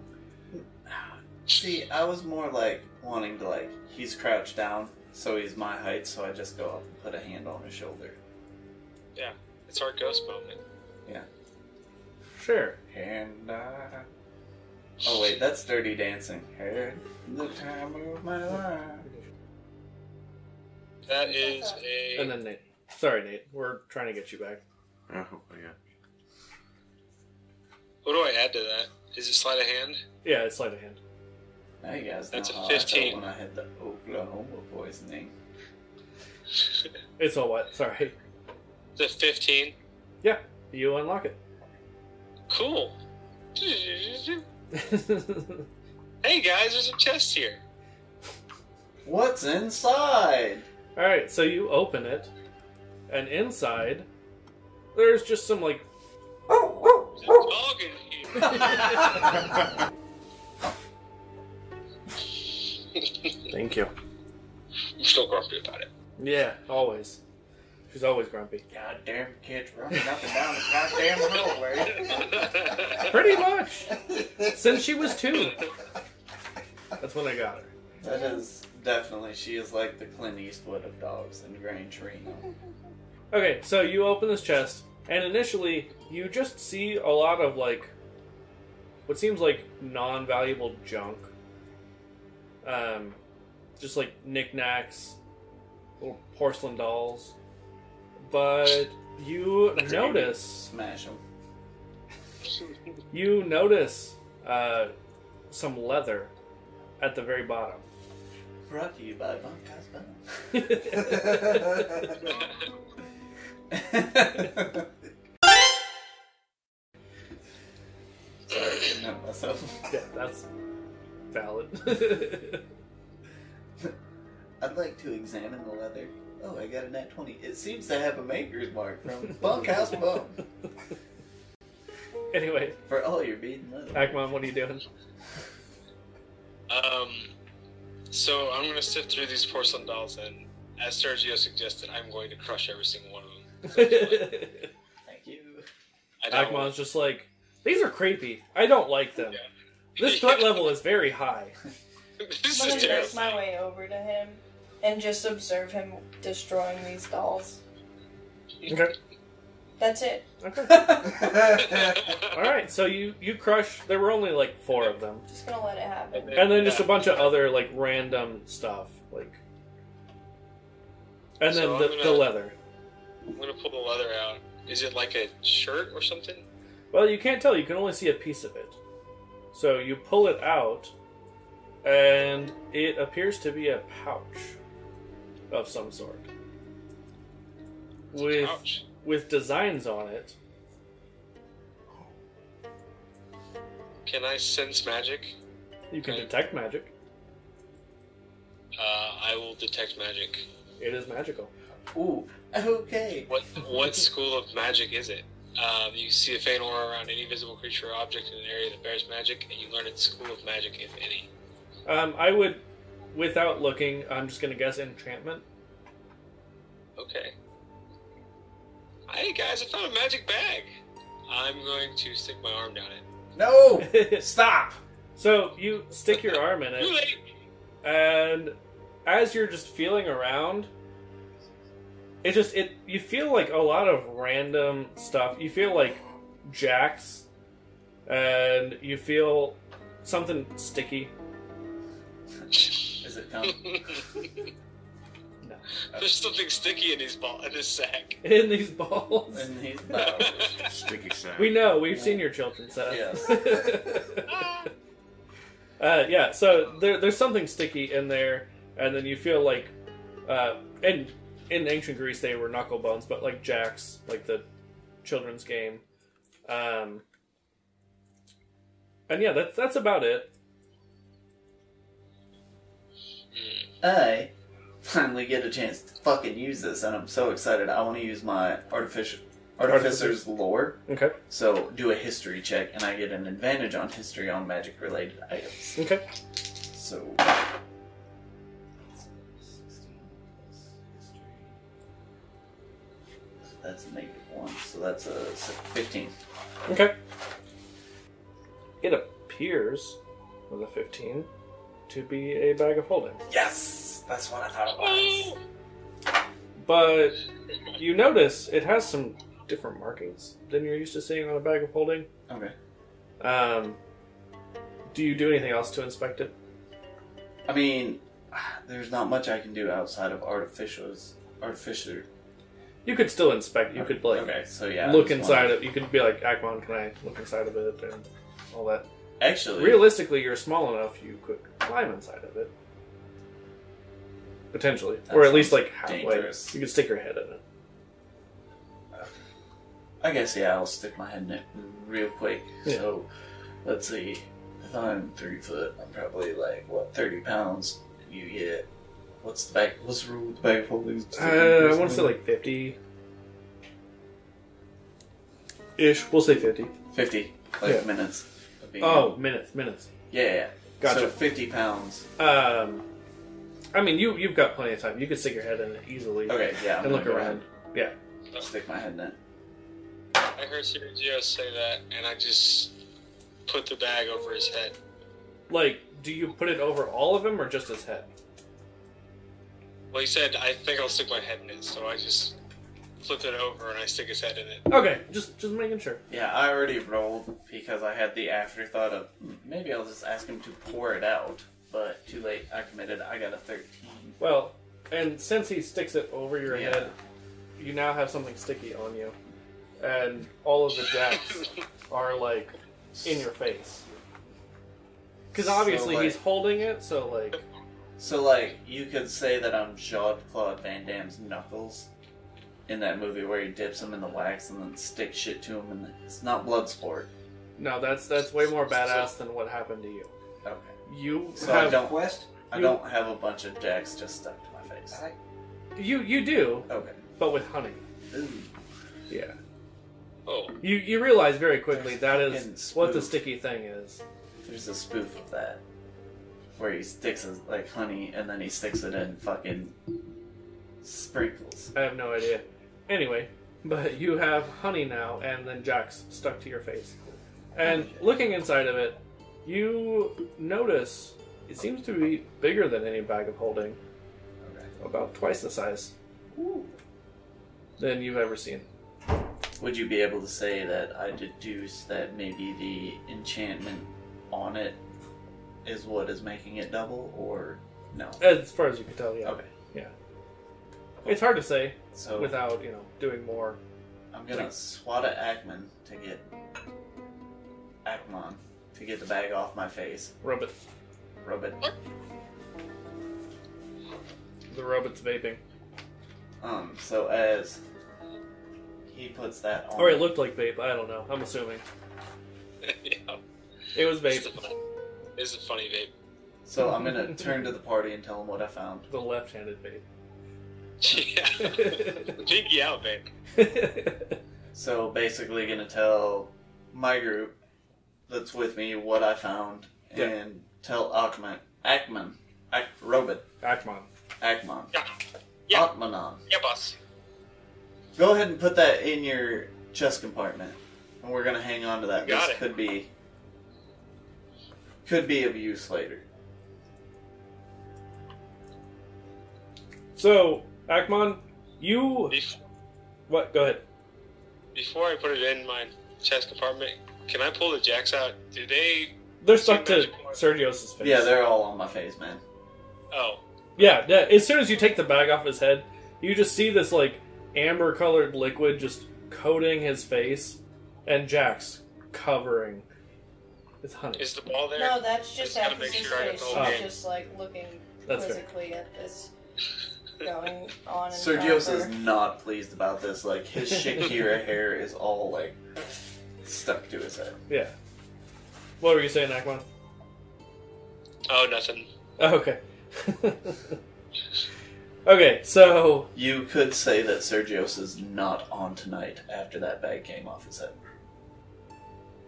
See, I was more like wanting to like he's crouched down, so he's my height, so I just go up and put a hand on his shoulder. It's our ghost moment. Sure. And I Oh wait, that's dirty dancing. Hey, the time of my life. That is And a then Nate. Sorry, Nate. We're trying to get you back. Oh, yeah. What do I add to that? Is it sleight of hand? Yeah, it's sleight of hand. Now you guys know That's a how 15. I felt when I had the Oklahoma poisoning. It's all what? Sorry. The fifteen. Yeah, you unlock it. Cool. Hey guys, there's a chest here. What's inside? all right, so you open it, and inside, there's just some like There's a dog in here. Thank you. I'm still grumpy about it. yeah, always. She's always grumpy. Goddamn kids running up and down the goddamn hallway. Pretty much since she was two. That's when I got her. That is definitely she is like the Clint Eastwood of dogs in Grand Torino. Okay, so you open this chest, and initially you just see a lot of like what seems like non-valuable junk. Um, just like knickknacks, little porcelain dolls. But you notice Smash him. you notice uh, some leather at the very bottom. Brought to you by Bunkhouse Bell. Sorry, I couldn't help myself. yeah, that's valid. I'd like to examine the leather. Oh, I got a nat 20. It seems to have a maker's mark from Bunkhouse Bone anyway, for all your beading leather. Akmon, what are you doing? Um, so I'm gonna sift through these porcelain dolls, and as Sergio suggested, I'm going to crush every single one of them. Thank you. I don't. Akmon's just like, these are creepy. I don't like them. This threat level is very high. this I'm is gonna terrible. make my way over to him and just observe him destroying these dolls. Okay. That's it. Okay. All right. So you you crush. There were only like four of them, Just gonna let it happen. and then uh, just a bunch of other like random stuff, like. And then So the, I'm gonna- the leather. I'm gonna pull the leather out. Is it like a shirt or something? Well, you can't tell. You can only see a piece of it. So you pull it out, and it appears to be a pouch of some sort. With Ouch. with designs on it. Can I sense magic? You can Okay. detect magic. Uh, I will detect magic. It is magical. Ooh. Okay. What what school of magic is it? Um, you see a faint aura around any visible creature or object in an area that bears magic, and you learn its school of magic, if any. Um, I would, without looking, I'm just gonna guess enchantment. Okay. Hey guys, I found a magic bag. I'm going to stick my arm down it. No! Stop! so you stick your arm in Too it, late. and as you're just feeling around, it just it you feel like a lot of random stuff. You feel like jacks, and you feel something sticky. Is it come? There's something sticky in these ball in this sack. in these balls. And he's no. Sticky sack. We know we've seen your children, Seth. Yes. uh, yeah. So there, there's something sticky in there, and then you feel like, uh, and in ancient Greece they were knuckle bones, but like jacks, like the children's game. Um, and yeah, that's that's about it. I finally get a chance to fucking use this, and I'm so excited. I want to use my artificial artificer's lore. Okay. So do a history check, and I get an advantage on history on magic related items. Okay. So. That's a negative one, so that's a s- 15. Okay. It appears with a 15 to be a bag of holding. Yes! That's what I thought it was. But you notice it has some different markings than you're used to seeing on a bag of holding. Okay. Um, do you do anything else to inspect it? I mean, ah, there's not much I can do outside of artificials. Artificer. You could still inspect. You could like okay, so yeah. look this one. inside of. You could be like, Akmon, can I look inside of it and all that? Actually, Realistically, you're small enough you could climb inside of it, potentially, That or at least sounds like halfway. dangerous. You could stick your head in it. I guess yeah, I'll stick my head in it real quick. Yeah. So let's see. If I'm three foot, I'm probably like what thirty pounds. You get what's the back? What's the rule with the bag of holdings? Uh, I want to say like fifty. Ish, we'll say fifty. fifty, like Yeah. minutes. Of being Oh, minutes, minutes. yeah, yeah. Gotcha. So fifty pounds. Um, I mean, you you've got plenty of time. You could stick your head in it easily Okay, yeah. I'm and look gonna go around. Yeah. ahead and Stick my head in it. I heard Sergio say that, and I just put the bag over his head. Like, do you put it over all of him or just his head? Well, he said, "I think I'll stick my head in it," so I just flipped it over and I stick his head in it. Okay, just just making sure. Yeah, I already rolled because I had the afterthought of "Hmm, maybe I'll just ask him to pour it out, but too late. I committed. I got a thirteen. Well, and since he sticks it over your Yeah. head, you now have something sticky on you, and all of the jacks are like in your face. Because So, obviously he's like- holding it, so like So, like, you could say that I'm Jean Claude Van Damme's knuckles in that movie where he dips them in the wax and then sticks shit to him, and it's not blood sport. no, that's that's way more badass than what happened to you. Okay. You So I have don't. Quest. I you- don't have a bunch of jacks just stuck to my face. I, you you do, Okay. but with honey. Ooh, Yeah. Oh, You you realize very quickly There's that fucking is what the spoof. sticky thing is. there's a spoof of that where he sticks his like honey and then he sticks it in fucking sprinkles. I have no idea. Anyway, but you have honey now, and then Jack's stuck to your face. And looking inside of it, you notice it seems to be bigger than any bag of holding, Okay. about twice the size than you've ever seen. Would you be able to say that I deduce that maybe the enchantment on it is what is making it double, or no? As far as you can tell, yeah. Okay, It's hard to say so without you know doing more. I'm gonna swat at Ackman to get Ackmon to get the bag off my face. Robot, Rub it. the robot's vaping, Um. So as he puts that on, or it looked like vape. I don't know. I'm assuming yeah. it was It's vape. a funny, it's a funny vape. So I'm gonna turn to the party and tell them what I found. The left-handed vape. Yeah. Jinky out, babe. So basically, gonna tell my group that's with me what I found, Yeah. and tell Ackman, Ackman, Ak, Robin, Akmon. Ackman, Yeah. Yeah. Ackmanon. Yeah, boss. Go ahead and put that in your chest compartment, and we're gonna hang on to that. You got this it. could be could be of use later. So, Akmon, you. Bef- What? Go ahead. before I put it in my chest compartment, can I pull the jacks out? Do they? They're stuck Two to magic points. Sergio's face. Yeah, they're all on my face, man. Oh, Yeah, yeah. As soon as you take the bag off his head, you just see this like amber colored liquid just coating his face, and Jack's covering. It's honey. is the ball there? No, that's I just just gotta Athens' make sure I got face. the She's whole game. just like looking That's fair. quizzically at this going on. In Sergio's front is of her. not pleased about this. Like his Shakira hair is all like stuck to his head. Yeah. What were you saying, Akmon? Oh, nothing. Oh, okay. okay. So You could say that Sergios is not on tonight after that bag came off his head.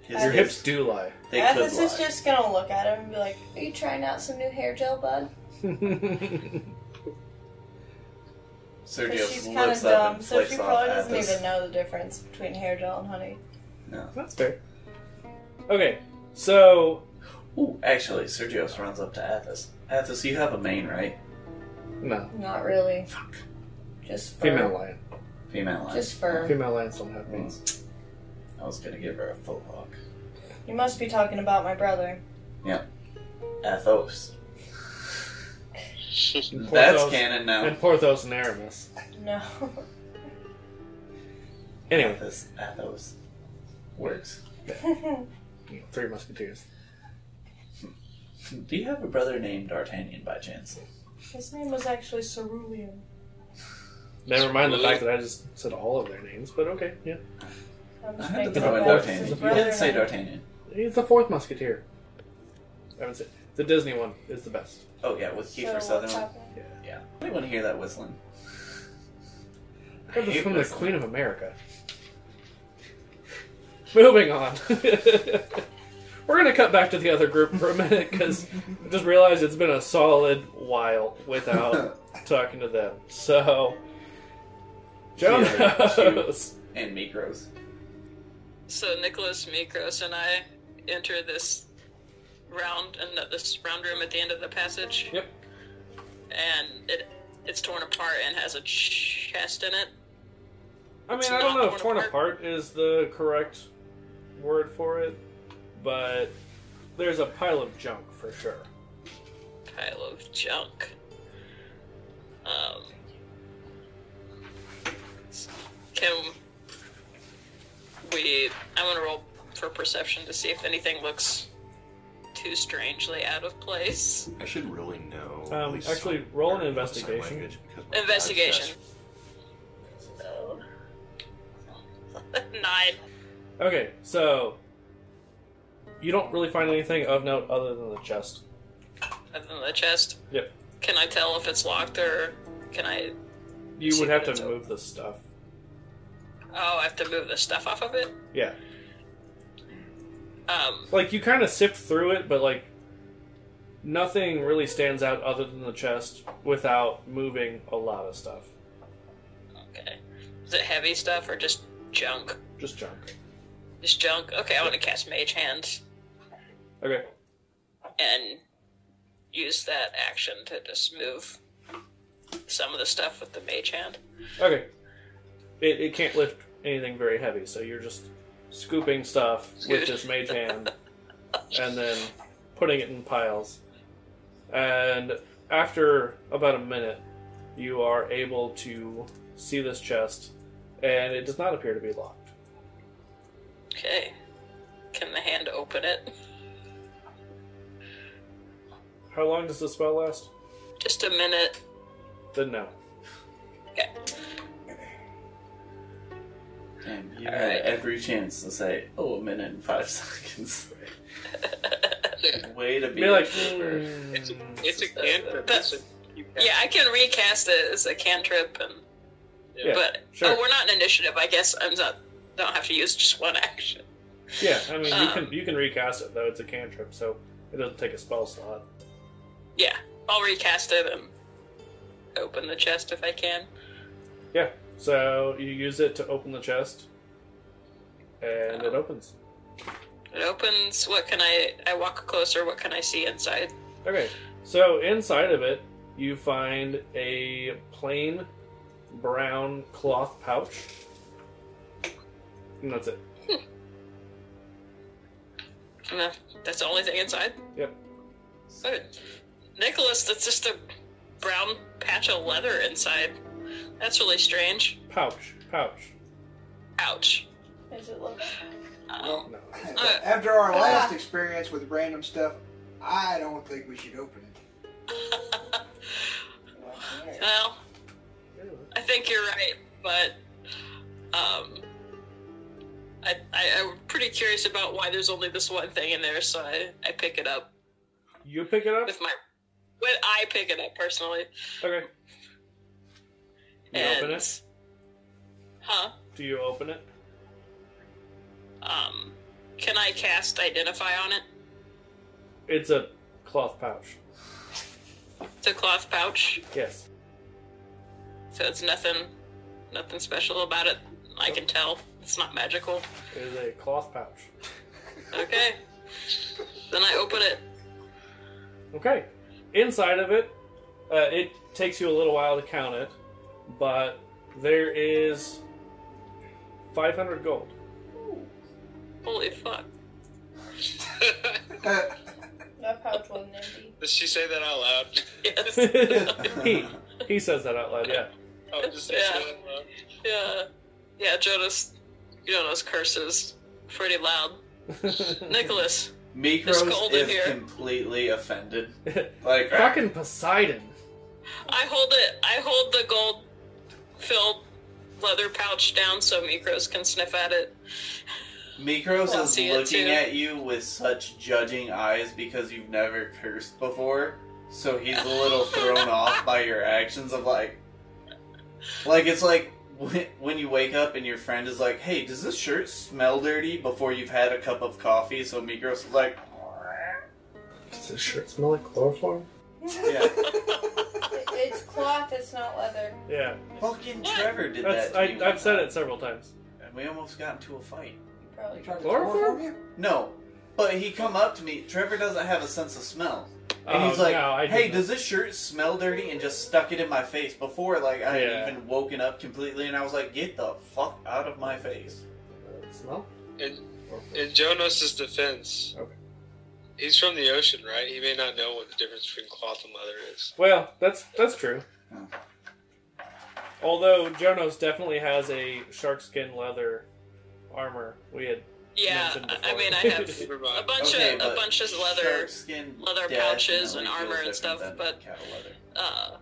His, your Uh, hips do lie. They Athens could is lie. just gonna look at him and be like, "Are you trying out some new hair gel, bud?" Because she's Sergios kind of looks up dumb, and so flicks she off probably at doesn't this. even know the difference between hair gel and honey. That's fair. Okay, so Ooh, actually, Sergios runs up to Athos. Athos, you have a mane, right? no Not really. Just fur. female lion. Female line. Just fur. Female lions don't have Mm. manes. I was gonna give her a foot lock. You must be talking about my brother. Athos. That's Porthos canon now. And Porthos and Aramis. No. Anyway, Athos. Athos. Works. three musketeers. Do you have a brother named D'Artagnan by chance? His name was actually Cerulean. Never mind the Really? fact that I just said all of their names, but okay, yeah. I'm I just had to making throw in it up. It's D'Artagnan. his You brother didn't say name. D'Artagnan. He's the fourth musketeer. I haven't said the Disney one is the best. Oh yeah, with So Kiefer what's Sutherland. happening? Yeah. Anyone hear that whistling? I heard this hate from the whistling. Queen of America. Moving on. We're going to cut back to the other group for a minute because I just realized it's been a solid while without talking to them. So, Yeah, cute. Jonas. and Mikros. So Nicholas Mikros and I enter this round and this round room at the end of the passage. Yep. And it it's torn apart and has a chest in it. I mean, It's I don't not know if torn torn apart is the correct word for it, but there's a pile of junk for sure. Pile of junk. Um. Can we? I want to roll for perception to see if anything looks too strangely out of place. I should really know. Um, at least actually, some roll an word in the sign investigation. language, because my Investigation. podcast- So. Nine. Okay, so you don't really find anything of note other than the chest. Other than the chest. Yep. Can I tell if it's locked or can I? You See would have what it's to open. move the stuff. Oh, I have to move the stuff off of it. Yeah, Um. like you kind of sift through it, but like nothing really stands out other than the chest without moving a lot of stuff. Okay. Is it heavy stuff or just junk? Just junk. Just junk. Okay, I want to cast Mage Hand Okay. and use that action to just move some of the stuff with the Mage Hand. Okay. It, it can't lift anything very heavy, so you're just scooping stuff with this mage hand and then putting it in piles. And after about a minute, you are able to see this chest, and it does not appear to be locked. Okay. Can the hand open it? How long does the spell last? Just a minute. Then no. Damn, you All had right. every chance to say, "Oh, a minute and five seconds." Way to be, Be like, a trooper. "Hmm." It's a, it's a cantrip. It's a You can- Yeah, I can recast it as a cantrip, and Yeah. but sure. oh, we're not an initiative. I guess I'm not. Don't have to use just one action. Yeah, I mean you can Um, you can recast it though. It's a cantrip, so it doesn't take a spell slot. Yeah, I'll recast it and open the chest if I can. Yeah, so you use it to open the chest, and it opens. It opens. What can I? I walk closer. What can I see inside? Okay, so inside of it, you find a plain brown cloth pouch, and that's it. No, that's the only thing inside. Yep. Good. Nicholas, that's just a brown patch of leather inside. That's really strange. Pouch, pouch. Ouch. Does it look? Um, No. After our last experience with random stuff, I don't think we should open it. well, I think you're right, but um, I, I I'm pretty curious about why there's only this one thing in there, so I, I pick it up You pick it up. with my. When I pick it up personally, Okay. You and open it. huh? Do you open it? Um, can I cast identify on it? It's a cloth pouch. It's a cloth pouch. Yes. So it's nothing, nothing special about it. I can tell it's not magical. It is a cloth pouch. Okay. then I open it. Okay. Inside of it, uh, it takes you a little while to count it, but there is 500 gold. Holy fuck! That pouch wasn't empty. Does she say that out loud? Yes. he he says that out loud. Yeah. Oh, just say Yeah. that out loud. yeah. Yeah. Jonas. Jonas curses pretty loud. Nicholas. hmm. It's Mikros cold in is here. completely offended. Like, Fucking Poseidon. I hold it. I hold the gold filled leather pouch down so Mikros can sniff at it. Mikros Well, is see it looking too. at you with such judging eyes because you've never cursed before, so he's a little thrown off by your actions of like, like it's like when, when you wake up and your friend is like, "Hey, does this shirt smell dirty?" Before you've had a cup of coffee, so Mikros is like, Does this shirt smell like chloroform? "Yeah, It- It's cloth. It's not leather. Yeah. fucking Trevor did That's, that." I, I've said it several times. and we almost got into a fight. You probably. You tried to Chloroform? chloroform you? No, but he come up to me. Trevor doesn't have a sense of smell. And Oh, he's like, no, I "Hey, didn't. does this shirt smell dirty?" And just stuck it in my face before, like I Yeah. had even woken up completely, and I was like, "Get the fuck out of my face!" Uh, smell? In Jonas' defense, Okay. he's from the ocean, right? He may not know what the difference between cloth and leather is. Well, that's that's true. Hmm. Although Jonos definitely has a sharkskin leather armor. We had Yeah. Mentioned I I before. mean, I have Never a mind. bunch Okay, of a but bunch of leather. shark skin leather definitely pouches and feels armor and different stuff, than but- cat leather. Uh,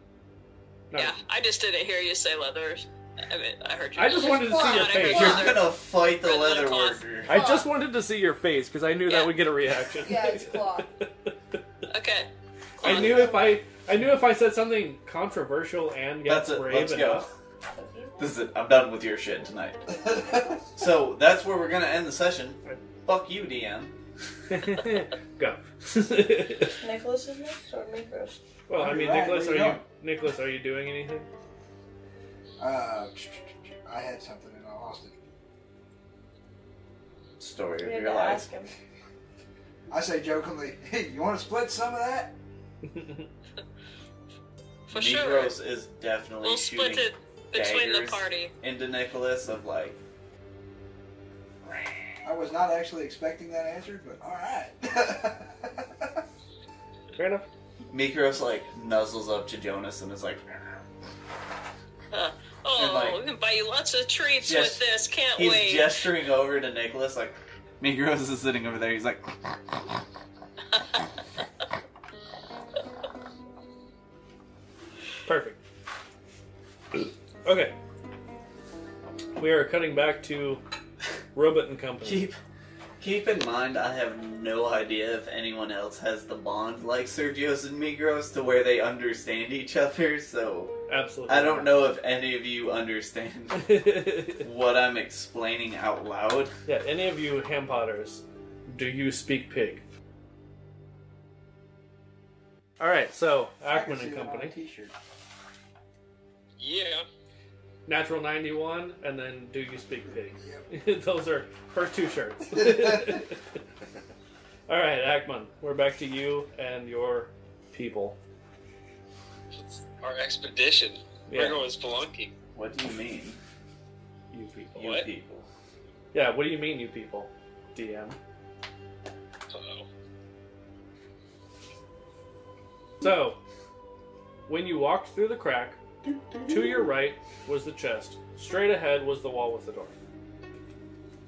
no, Yeah, I just didn't hear you say leather. I mean, I heard you. I just wanted to see your Not every face. leather. You're gonna fight the Red leather cloth. worker. I just wanted to see your face because I knew Yeah. that would get a reaction. Yeah, it's cloth. Okay. I knew if I I knew if I said something controversial and yet That's it. brave Let's go. enough. This is it. I'm done with your shit tonight. so that's where we're gonna end the session. Fuck you, DM. Go. Nicholas is next or me first? well, I mean, Right, Nicholas, where are you you going? Nicholas? Are you doing anything? Uh, I had something and I lost it. Story We of had your to life. ask him. I say jokingly, "Hey, you want to split some of that?" For sure. Negros is definitely We'll shooting split it between the daggers. party. into Nicholas of like, I was not actually expecting that answer, but all right. Fair enough. Mikros like nuzzles up to Jonas and is like, Uh, oh, like- we can buy you lots of treats Yes. with this. Can't he's wait. gesturing over to Nicholas like, Mikros is sitting over there. He's like, Perfect. Okay. We are cutting back to Robot and Company. keep Keep in mind, I have no idea if anyone else has the bond like Sergio's and Migros to where they understand each other, so Absolutely. I don't know if any of you understand what I'm explaining out loud. yeah, any of you ham potters, do you speak pig? All right, so I can Ackman see and that on a Company, T-shirt. Yeah. Natural ninety one, and then Do You Speak Pig? Those are first two shirts. All right, Ackman, we're back to you and your people. It's our expedition. Yeah, We're going spelunking. What do you mean, you people. you What? people? Yeah, what do you mean, you people? DM. Uh-oh. So, when you walked through the crack, to your right was the chest. Straight ahead was the wall with the door.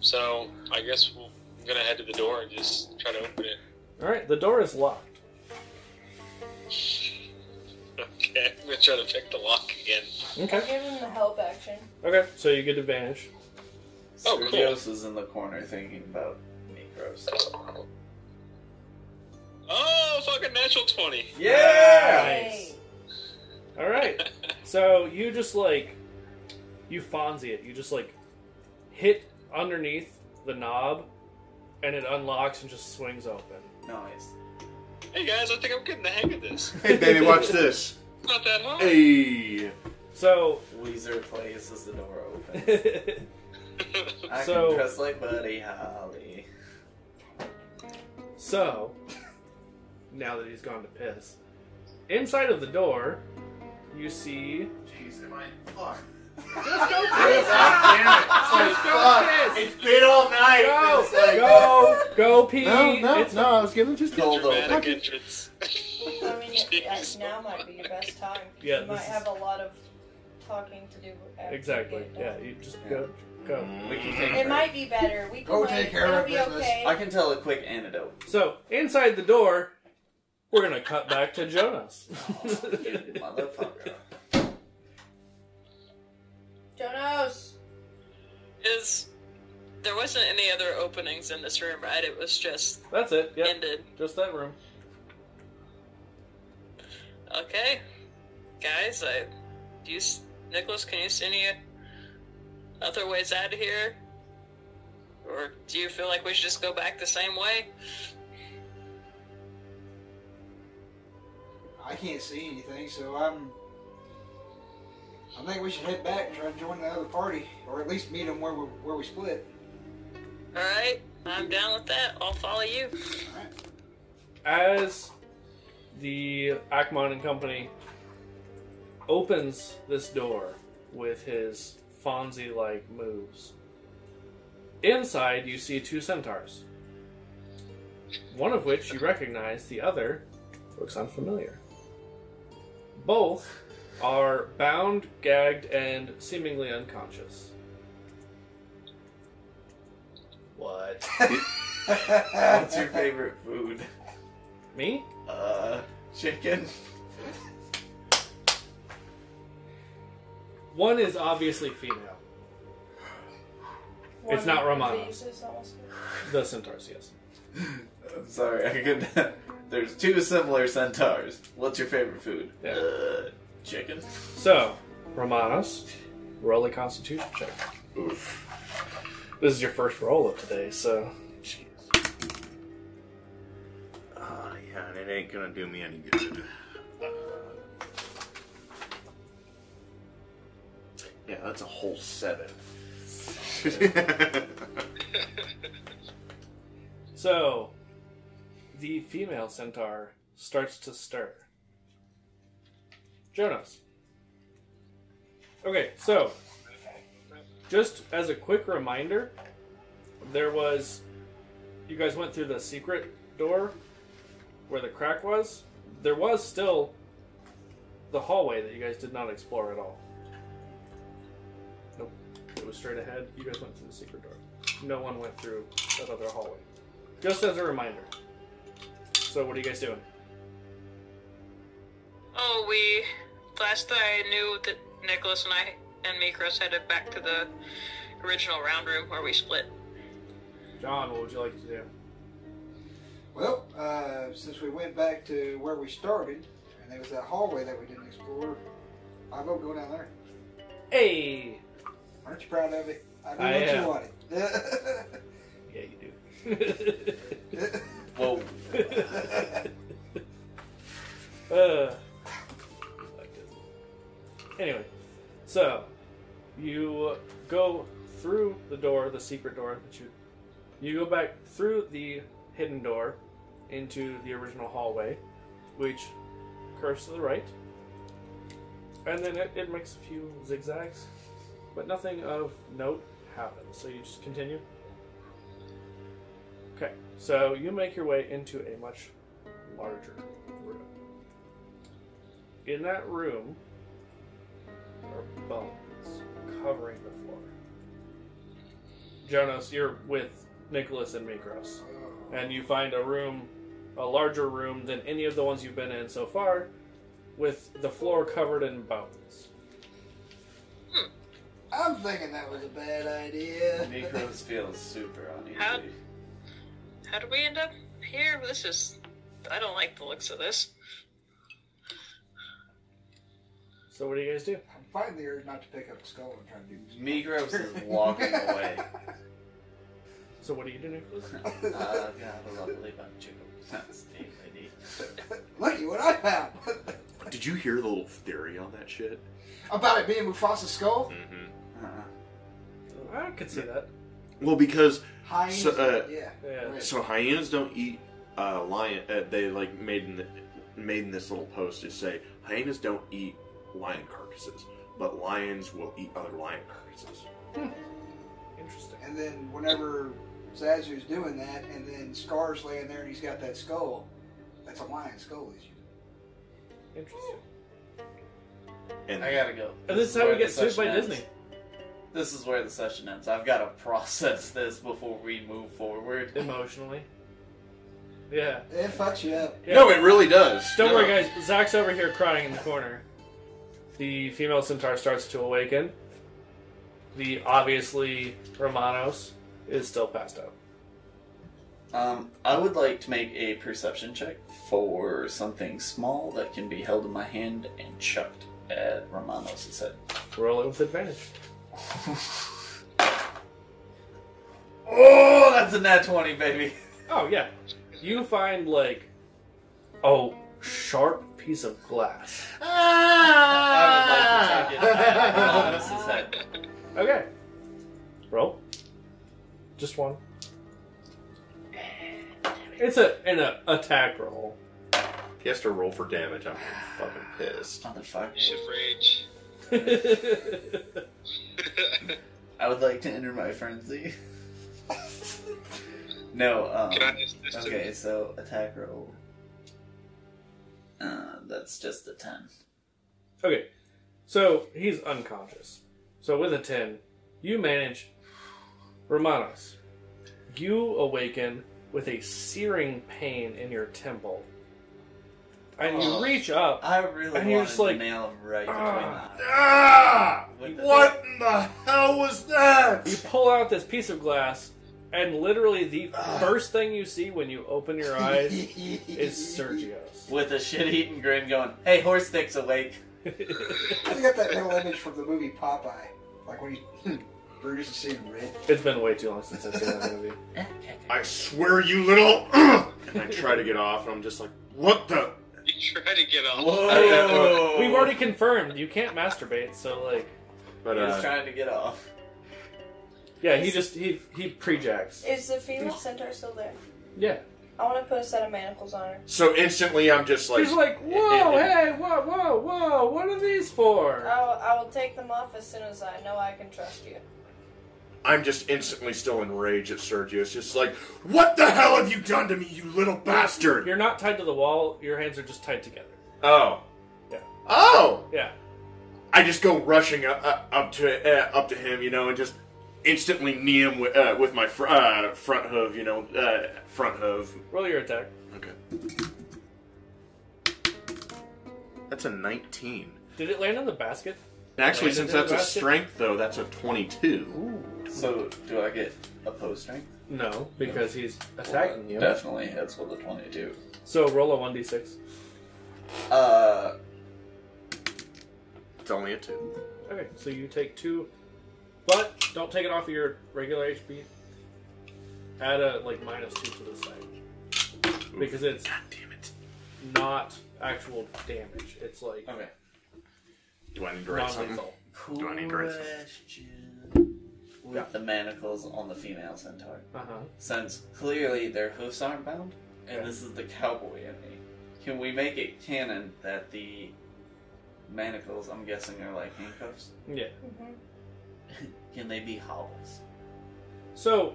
So I guess we'll, I'm gonna head to the door and just try to open it. All right, the door is locked. Okay. I'm gonna try to pick the lock again. Okay. Give him the help action. Okay, so you get advantage. Oh, cool. Sergio's is in the corner thinking about Migros. Oh, fucking natural twenty. Yeah! Nice. All right. So you just like you Fonzie it. You just like hit underneath the knob, and it unlocks and just swings open. Nice. Hey guys, I think I'm getting the hang of this. Hey, baby, watch this. It's not that hard. Hey. So Weezer plays as the door opens. so I So- can dress like Buddy Holly. now that he's gone to piss, inside of the door, you see. Jeez, am I? Fuck. Just go piss! Just go piss! It's been all night. Go! Go! Go pee! No, no, It's- no. I was gonna just Gold Dramatic open. entrance. I mean, it- now might be your best time. Yeah, You might this is- have a lot of talking to do. after you Exactly. get Yeah, done. you just go. Go. We can take a It break. might be better. We can Go wait. Oh, take care It'll of be business. okay. I can tell a quick antidote. So inside the door, we're gonna cut back to Jonas. Motherfucker. Jonas. Is there wasn't any other openings in this room, right? It was just That's it. Yep. ended. Just that room. Okay, guys, I do you, s- Nicholas, can you see any other ways out of here? Or do you feel like we should just go back the same way? I can't see anything, so I'm. I think we should head back and try to join the other party, or at least meet them where we, where we split. All right, I'm down with that. I'll follow you. As the Ackman and company opens this door with his Fonzie-like moves, inside you see two centaurs. One of which you recognize, the other looks unfamiliar. Both are bound, gagged, and seemingly unconscious. What? What's your favorite food? Me? Uh, chicken. One is obviously female. It's not Romanos. disease is almost- The centaurs, yes. I'm sorry, I could. There's two similar centaurs. What's your favorite food? Yeah. Uh, chicken. So, Romanos, roll a constitution check. This is your first roll of today, so. Jeez. Oh, yeah, and it ain't gonna do me any good. Uh, yeah, that's a whole seven. So, the female centaur starts to stir. Jonas. Okay, so, just as a quick reminder, there was. You guys went through the secret door where the crack was. There was still the hallway that you guys did not explore at all. Nope. It was straight ahead. You guys went through the secret door. No one went through that other hallway. Just as a reminder. So what are you guys doing? Oh, we. Last I knew that Nicholas and I and Mikros headed back to the original round room where we split. John, what would you like to do? Well, uh, since we went back to where we started, and there was that hallway that we didn't explore, I vote go down there. Hey! Aren't you proud of it? I I do am. what you wanted. Yeah, you do. Whoa. uh, like this. anyway, so you go through the door, the secret door that you you go back through the hidden door into the original hallway, which curves to the right, and then it, it makes a few zigzags, but nothing of note happens. So you just continue. Okay, so you make your way into a much larger room. In that room are bones covering the floor. Jonas, you're with Nicholas and Mikros, and you find a room, a larger room than any of the ones you've been in so far, with the floor covered in bones. I'm thinking that was a bad idea. Necros feels super How- uneasy. Uh, How did we end up here? This is. I don't like the looks of this. So what do you guys do? I'm fighting the urge not to pick up the skull and try to do Migros is walking away. So what do you do, Nicholas? Uh, I've got a lovely bunch of Steve, lady. Lucky what I found Did you hear the little theory on that shit? about it being Mufasa's skull. Mm-hmm. Uh-uh. I could see that. Well, because Hyenas, So, uh, yeah. Yeah. So hyenas don't eat uh, lion. Uh, they like made in the, made in this little post to say hyenas don't eat lion carcasses, but lions will eat other lion carcasses. Interesting. And then whenever Zazu's doing that, and then Scar's laying there and he's got that skull, that's a lion skull he's using. Interesting. And I gotta go. And this is how where we get the sued by session ends. Disney. This is where the session ends. I've gotta process this before we move forward. Emotionally. Yeah. It fucks you up. yeah. No, it really does. Don't No. worry, guys. Zach's over here crying in the corner. The female centaur starts to awaken. The obviously Romanos is still passed out. Um, I would like to make a perception check for something small that can be held in my hand and chucked at Romanos' head. Rolling with advantage. Oh, that's a nat 20, baby. Oh yeah, you find like a sharp piece of glass. I would like to chuck it at Ah. Romanos' head. Okay, roll. Just one. It's a an a, attack roll. he has to roll for damage. I'm fucking pissed. Motherfucker. Shift rage. okay, I would like to enter my frenzy. no, um. Can I just this Okay, so attack roll. Uh, that's just a 10. so he's unconscious. So with a ten, you manage. Romanos, you awaken with a searing pain in your temple, and you Oh. reach up. I really And wanted you're just like, to nail him right between "Ah, the eyes. Ah! With the- What in the hell was that? You pull out this piece of glass, and literally the first thing you see when you open your eyes is Sergio's. With a shit-eating grin going, hey, horse dick's awake. I got that mental image from the movie Popeye, like when he hmm, Brutus is seeing red. it's been way too long since I've seen that movie. I swear, you little. and I try to get off, and I'm just like, what the? You try to get off. Whoa! We've already confirmed you can't masturbate, so like, But He's uh, trying to get off. yeah, he just he he prejacks. Is the female centaur still there? Yeah, I want to put a set of manacles on her. So instantly, I'm just like, he's like, whoa, hey, whoa, whoa, whoa, what are these for? I'll, I will take them off as soon as I know I can trust you. I'm just instantly still enraged at Sergio. It's just like, what the hell have you done to me, you little bastard? You're not tied to the wall. Your hands are just tied together. Oh. Yeah. Oh. Yeah, I just go rushing up, up, up to uh, up to him, you know, and just instantly knee him with, uh, with my fr- uh, front hoof, you know, uh, front hoof. roll your attack. Okay. That's a 19. Did it land on the basket? and actually, Landed since in the that's a basket? strength though, that's a 22. So, do I get a post strength? No, because he's attacking you. Definitely hits with a 22. So roll a 1d6. Uh, It's only a two. Okay, so you take two, but don't take it off of your regular HP. Add a like minus two to the side because it's God damn it. not actual damage. It's like okay. Do I need to write something? non-lethal. Cool Do I need to write something? question. With the manacles on the female centaur, Uh huh. since clearly their hoofs aren't bound, and this is the cowboy in me, can we make it canon that the manacles, I'm guessing, are like handcuffs? Yeah. Mm-hmm. Can they be hobbles? So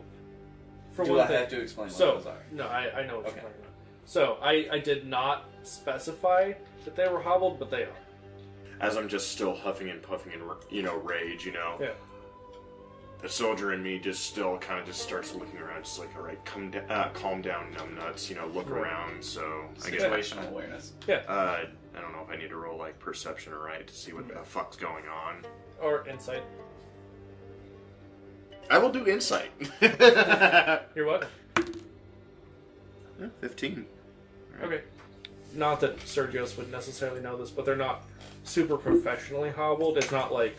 for Do one I thing, have to explain so what those are? no, I, I know what Okay. you're talking about. So I I did not specify that they were hobbled, but they are. As I'm just still huffing and puffing and you know rage, you know. Yeah. The soldier in me just still kind of just starts looking around, just like, all right, come da- uh, calm down, numbnuts. You know, look Right. around. So I guess my Situational awareness. Uh, I don't know if I need to roll like perception or right to see what the fuck's going on. Or insight. I will do insight. You're what? Fifteen. Okay. Not that Sergios would necessarily know this, but they're not super professionally hobbled. It's not like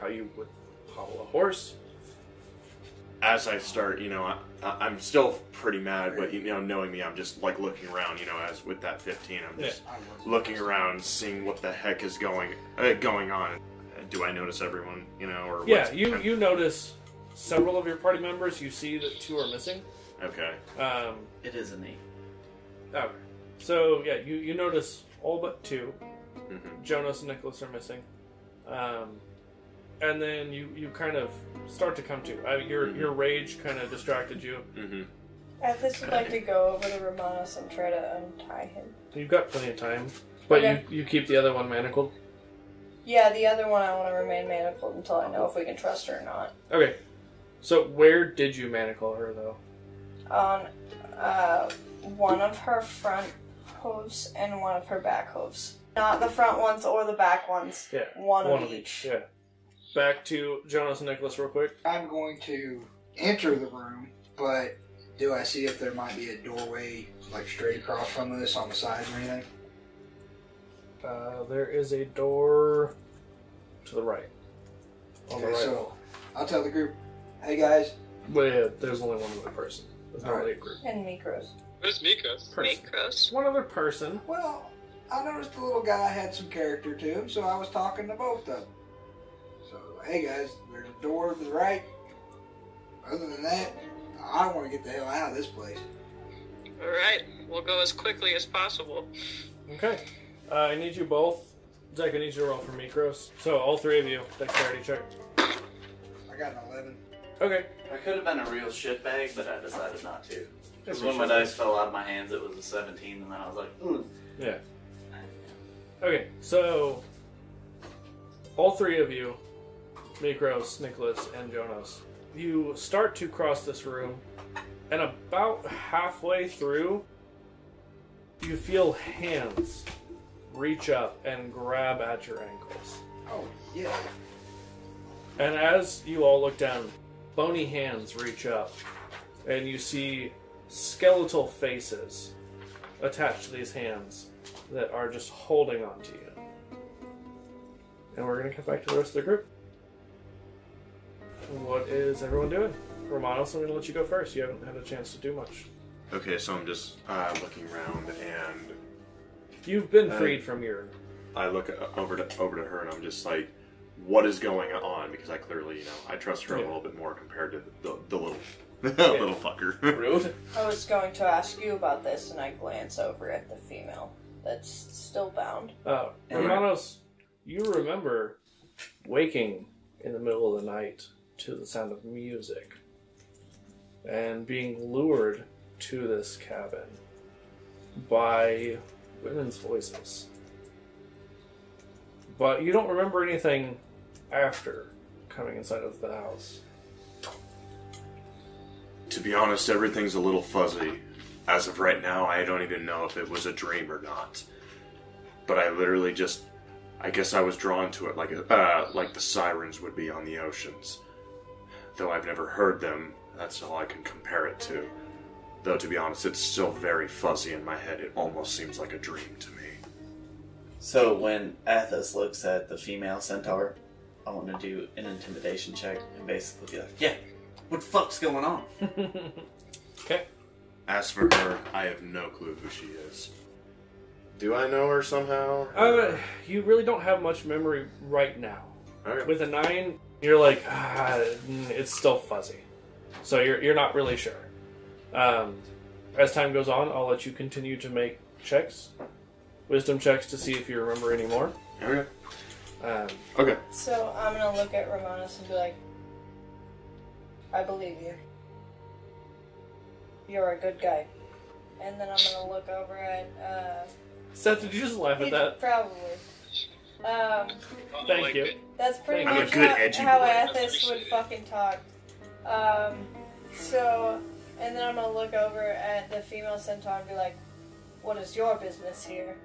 how you would hobble a horse. As I start, you know, I, I, I'm still pretty mad, but you know, knowing me, I'm just like looking around. You know, as with that fifteen, I'm just looking around, seeing what the heck is going uh, going on. Uh, Do I notice everyone? You know, or Yeah, what's- you you notice several of your party members. You see that two are missing. Okay. Um, It is a knee. okay. So yeah, you you notice all but two. Mhm. Jonas and Nicholas are missing. Um, and then you you kind of start to come to. I mean, Mm-hmm. your your rage kind of distracted you. Mm-hmm. Athos would like to go over to Romanus and try to untie him. You've got plenty of time, but Okay. you you keep the other one manacled. Yeah, the other one I want to remain manacled until I know if we can trust her or not. Okay. So where did you manacle her though? On uh, one of her front hooves and one of her back hooves. Not the front ones or the back ones. Yeah. One, of, each. Yeah. Back to Jonas and Nicholas real quick. I'm going to enter the room, but do I see if there might be a doorway like straight across from this on the side or anything? Uh, there is a door to the right. On the Okay, right. so I'll tell the group, hey guys, Well, yeah, there's only one other person. There's not Alright. really a group. And Mikros. Where's Mikos? Person. Macros. One other person. well, I noticed the little guy had some character to him, so I was talking to both of them. So, hey guys, there's a door to the right. Other than that, I want to get the hell out of this place. All right, we'll go as quickly as possible. Okay. Uh, I need you both. Zach, I need you to roll for Mikros. So all three of you, dexterity check. I got an 11. Okay. I could have been a real shitbag, but I decided not to. Because when my dice fell out of my hands, it was a 17, and then I was like, "Hmm, ooh. Yeah. Okay, so all three of you, Mikros, Nicholas, and Jonas, you start to cross this room, and about halfway through, you feel hands reach up and grab at your ankles. Oh, yeah. And as you all look down, bony hands reach up, and you see skeletal faces attached to these hands that are just holding on to you. And we're gonna come back to the rest of the group. What is everyone doing? Romanos, I'm gonna let you go first. You haven't had a chance to do much. Okay, so I'm just uh, looking around, and You've been Uh, freed from your. I look o- over to over to her, and I'm just like, "What is going on?" Because I clearly, you know, I trust her Yeah. a little bit more compared to the, the little little fucker. Rude. I was going to ask you about this, and I glance over at the female that's still bound. Uh, Romanos, you remember waking in the middle of the night to the sound of music and being lured to this cabin by women's voices. But you don't remember anything after coming inside of the house. To be honest, everything's a little fuzzy. As of right now, I don't even know if it was a dream or not. But I literally just, I guess I was drawn to it like a, uh, like the sirens would be on the oceans. Though I've never heard them, That's all I can compare it to. Though, to be honest, it's still very fuzzy in my head. It almost seems like a dream to me. So when Athos looks at the female centaur, I want to do an intimidation check and basically be like, "Yeah, what the fuck's going on?" Okay. As for her, I have no clue who she is. Do I know her somehow? Uh, you really don't have much memory right now. Okay. With a nine, you're like, ah, mm, it's still fuzzy. So you're, you're not really sure. Um, as time goes on, I'll let you continue to make checks, wisdom checks to see if you remember any more. Okay. Um, Okay. So I'm gonna look at Romanus and be like, I believe you. You're a good guy. And then I'm gonna look over at, Seth, did you just laugh uh, at that? probably. Um, Oh, Thank you. that's pretty I'm a much good how, edgy how boy. Athos would fucking talk. Um, so, and then I'm gonna look over at the female centaur and be like, what is your business here?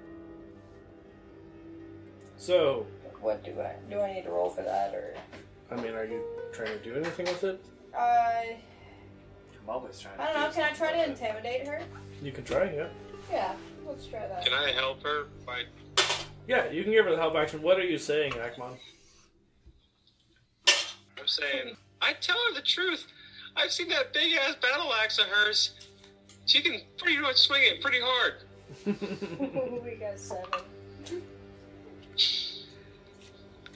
So, What do I, do I need to roll for that or? I mean, are you trying to do anything with it? Uh, I, I'm always trying. To I don't know, do can I something try to with it. intimidate her? You can try, yeah. Yeah, let's try that. Can I help her? By Yeah, you can give her the help action. What are you saying, Akmon? I'm saying, I tell her the truth. I've seen that big ass battle axe of hers. She can pretty much swing it pretty hard. we got seven.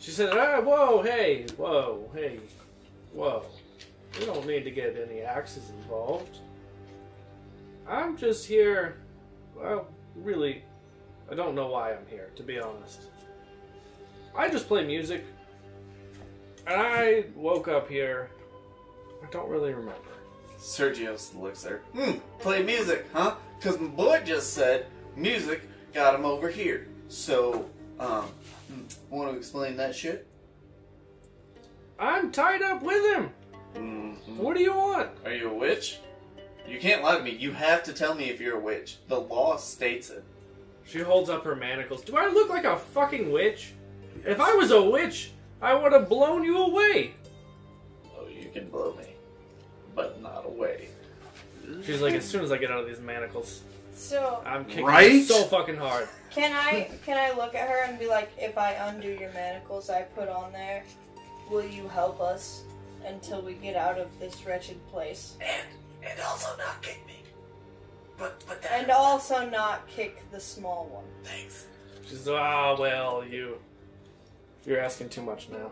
She said, ah, whoa, hey, whoa, hey, whoa. We don't need to get any axes involved. I'm just here. Well, really, I don't know why I'm here, to be honest. I just play music. And I woke up here. I don't really remember. Sergio looks there. Hmm. Play music, huh? Because my boy just said music got him over here. So, um, want to explain that shit? I'm tied up with him! Mm-hmm. What do you want? Are you a witch? You can't lie to me. You have to tell me if you're a witch. The law states it. She holds up her manacles. Do I look like a fucking witch? If I was a witch, I would have blown you away. Oh, you can blow me, but not away. She's like, as soon as I get out of these manacles, So I'm kicking Right? you so fucking hard. can I can I look at her and be like, if I undo your manacles I put on there, will you help us until we get out of this wretched place? And also not kick me. But but And also not kick the small one. thanks. She's ah, well, you, you're asking too much now.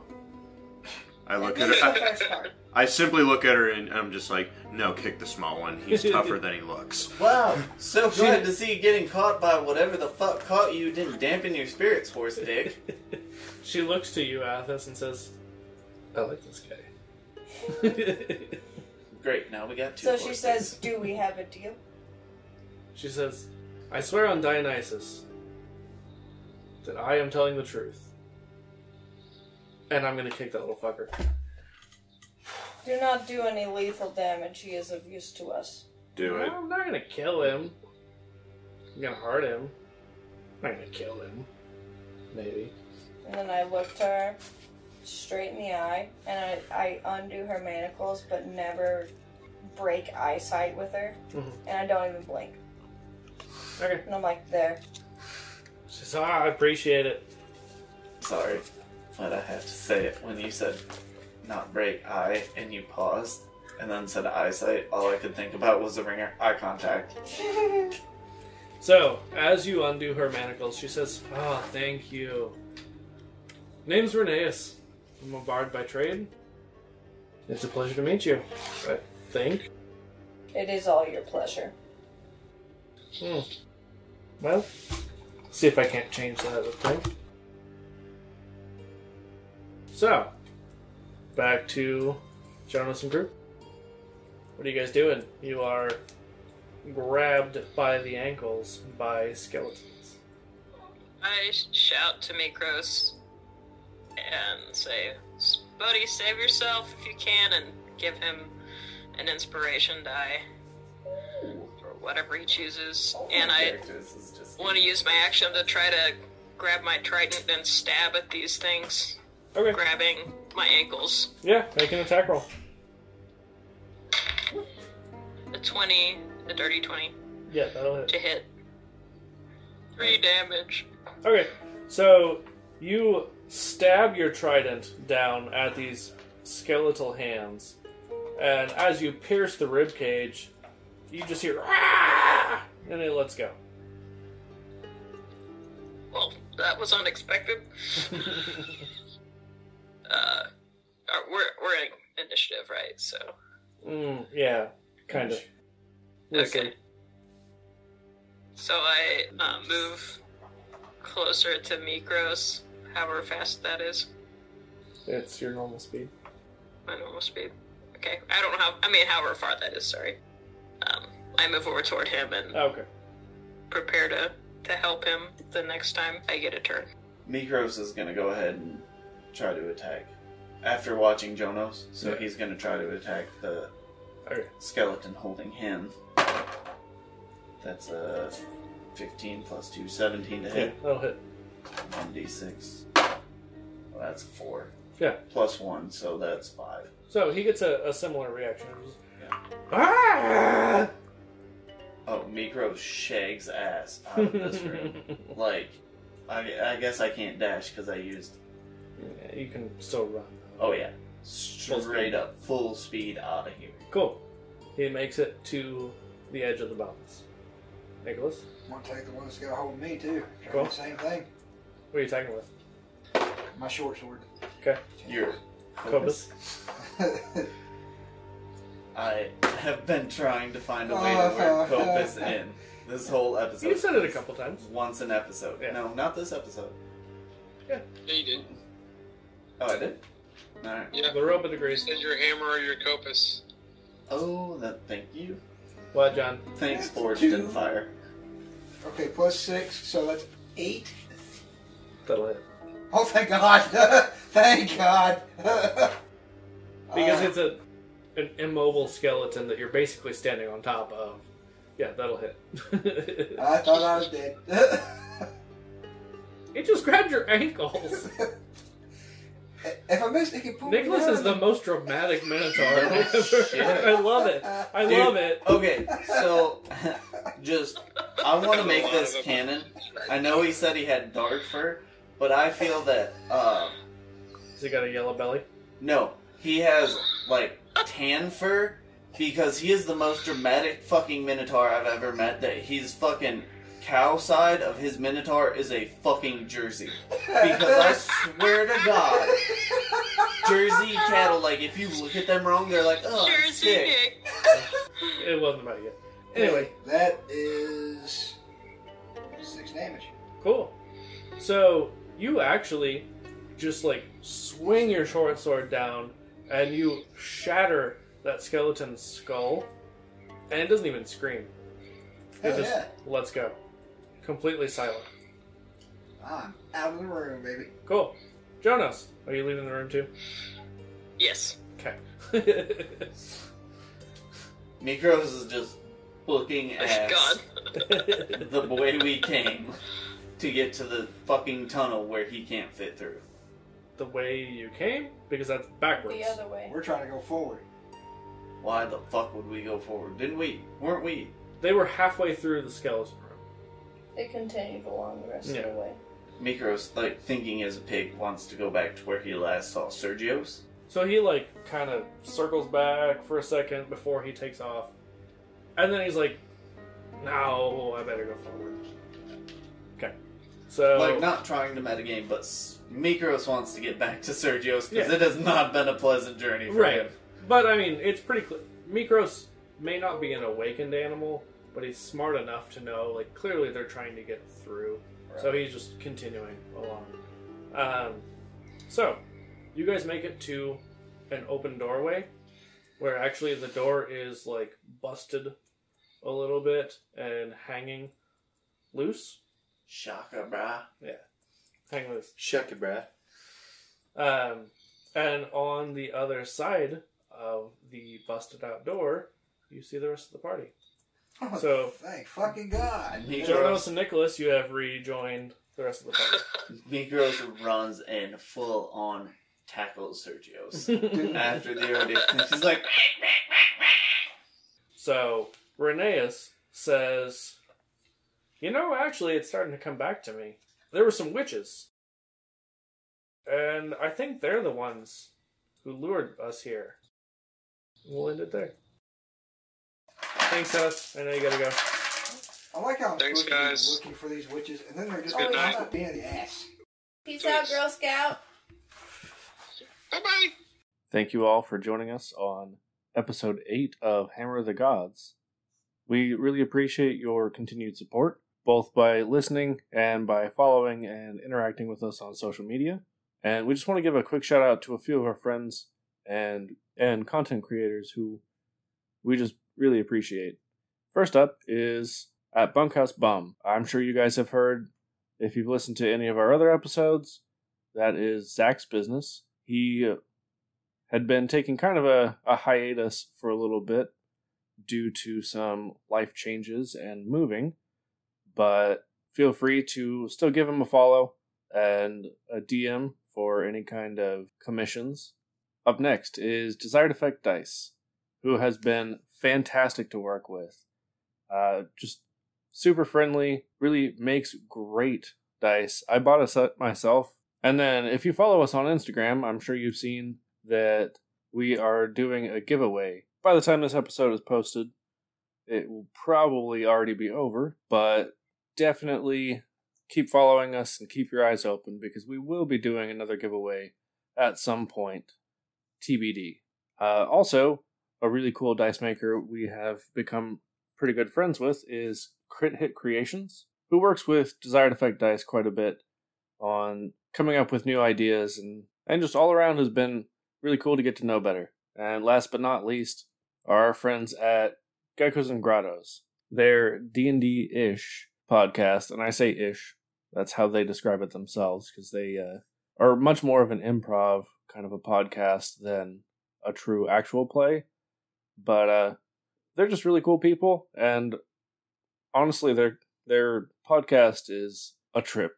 I look at That's her. the I, first part. I simply look at her and I'm just like, no, kick the small one. He's tougher than he looks. Wow, so glad to see you getting caught by whatever the fuck caught you didn't dampen your spirits, horse dick. She looks to you, Athos, and says, "I like this guy." Great, now we got two. So she horse says, Do we have a deal? she says, "I swear on Dionysus that I am telling the truth, and I'm gonna kick that little fucker." Do not do any lethal damage, he is of use to us. Do it. Well, I'm not gonna kill him. I'm gonna hurt him. I'm not gonna kill him. Maybe. And then I looked her straight in the eye and I, I undo her manacles but never break eyesight with her. Mhm. And I don't even blink. Okay. And I'm like, there. She says, ah, I appreciate it. dick. Sorry, but I have to say it. When you said not break eye and you paused and then said eyesight, all I could think about was the ringer eye contact. So, as you undo her manacles, she says, Ah, thank you. Name's Reneus. I'm a bard by trade. It's a pleasure to meet you. I think. It is all your pleasure. Hmm. Well, see if I can't change that a thing. So, back to Jonas and group. What are you guys doing? You are grabbed by the ankles by skeletons. I shout to Mikros and say, "Buddy, save yourself if you can, and give him an inspiration die or whatever he chooses." and I Characters is just want to use my action to try to grab my trident and stab at these things, Okay. grabbing my ankles. Yeah, make an attack roll. 20, a dirty 20 Yeah, that'll hit. to hit. Three damage. Okay, so you stab your trident down at these skeletal hands, and as you pierce the rib cage, you just hear "Ah!" and it lets go. Well, that was unexpected. uh, uh, we're, we're in initiative, right? So, Mm, yeah, kind of. okay. So I uh, move closer to Mikros, however fast that is. It's your normal speed. My normal speed. Okay. I don't know how. I mean, however far that is. Sorry. Um, I move over toward him and Okay. prepare to to help him the next time I get a turn. Mikros is gonna go ahead and try to attack after watching Jonos, so Yeah. he's gonna try to attack the Okay. skeleton holding him. That's a 15 plus 2, 17 to Yeah, hit. that'll hit. 1d6. Well, that's 4. Yeah. Plus 1, so that's 5. So he gets a, a similar reaction. Ah! Oh, Mikros shags ass out of this room. Like, I, I guess I can't dash because I used. Yeah, you can still run. Oh, yeah. Straight up, full speed out of here. Cool. He makes it to the edge of the bounce. Nicholas, I'm gonna take the one that's got a hold of me too. Try Cool. the same thing. what are you attacking with? My short sword. Okay. You're. Cobus. I have been trying to find a way to work Copus in this whole episode. You said it a couple times. Once an episode. Yeah. No, not this episode. Yeah, you did. Oh, I did? Alright. Yeah. The rope of the grace. Is your hammer or your copus? Oh, that, thank you. Well, John. Thanks, That's Forged two. in Fire. Okay, plus six, so that's eight. That'll hit. Oh, thank God! thank God! Because Uh, it's a an immobile skeleton that you're basically standing on top of. Yeah, that'll hit. I thought I was dead. it just grabbed your ankles. if I missed, it could pull Nicholas me is the most dramatic minotaur Shit. ever. I love it. I Dude. love it. Okay, so just I want to make this Lot of canon. I know he said he had dark fur, but I feel that uh, Has he got a yellow belly? no, he has like tan fur because he is the most dramatic fucking minotaur I've ever met. That he's fucking cow side of his minotaur is a fucking jersey because I swear to God, Jersey cattle like if you look at them wrong, they're like oh it's Jersey sick. Nick. It wasn't about you. Anyway. That is six damage. Cool. So you actually just like swing your short sword down and you shatter that skeleton's skull, and it doesn't even scream. It Hell just yeah. lets go. Completely silent. Ah, I'm out of the room, baby. Cool. Jonas, are you leaving the room too? Yes. Okay. Mikros is just looking Thank at Oh, God. the way we came to get to the fucking tunnel where he can't fit through. the way you came, because that's backwards. The other way. We're trying to go forward. Why the fuck would we go forward? Didn't we? Weren't we? They were halfway through the skeleton room. It continued along the rest Yeah. of the way. Mikros, like thinking as a pig, wants to go back to where he last saw Sergio's. So he like kind of circles back for a second before he takes off, and then he's like, "No, I better go forward." Okay, so Like not trying to metagame, but s- Mikros wants to get back to Sergio's because Yeah. it has not been a pleasant journey for right, him. but I mean, it's pretty clear. Mikros may not be an awakened animal, but he's smart enough to know like clearly they're trying to get through, so he's just continuing along. Um, so you guys make it to an open doorway where actually the door is like busted a little bit and hanging loose. Shaka, brah. Hang loose. Check it, Brad. Um, and on the other side of the busted out door, you see the rest of the party. So- thank fucking God. Jonas and Nicholas, you have rejoined the rest of the party. Migros runs in full on tackles Sergio's after the audition. She's like, So Reneus says, You know, actually, it's starting to come back to me. There were some witches. And I think they're the ones who lured us here. We'll end it there. Thanks, us. I know you gotta go. I like how I'm supposed Thanks, to be guys. looking for these witches, and then they're just Good like, night. I'm not being an ass. Peace out, Girl Scout. Bye bye. Thank you all for joining us on episode 8 of Hammer of the Gods. We really appreciate your continued support, both by listening and by following and interacting with us on social media. And we just want to give a quick shout out to a few of our friends and and content creators who we just really appreciate. First up is at Bunkhouse Bum. I'm sure you guys have heard if you've listened to any of our other episodes, that is Zach's business. He uh, had been taking kind of a, a hiatus for a little bit due to some life changes and moving, but feel free to still give him a follow and a DM for any kind of commissions. Up next is Desired Effect Dice, who has been fantastic to work with. Uh, just super friendly, really makes great dice. I bought a set myself. And then if you follow us on Instagram, I'm sure you've seen that we are doing a giveaway. By the time this episode is posted, it will probably already be over, but definitely keep following us and keep your eyes open because we will be doing another giveaway at some point. TBD. Uh, also, a really cool dice maker we have become pretty good friends with is Crit Hit Creations, who works with Desired Effect Dice quite a bit on coming up with new ideas and, and just all around has been really cool to get to know better. And last but not least, are our friends at Geckos and Grottos. Their D&D ish podcast, and I say ish, that's how they describe it themselves because they uh, are much more of an improv kind of a podcast than a true actual play. But uh, they're just really cool people and honestly their their podcast is a trip.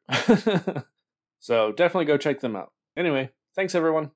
so definitely go check them out. Anyway, thanks everyone.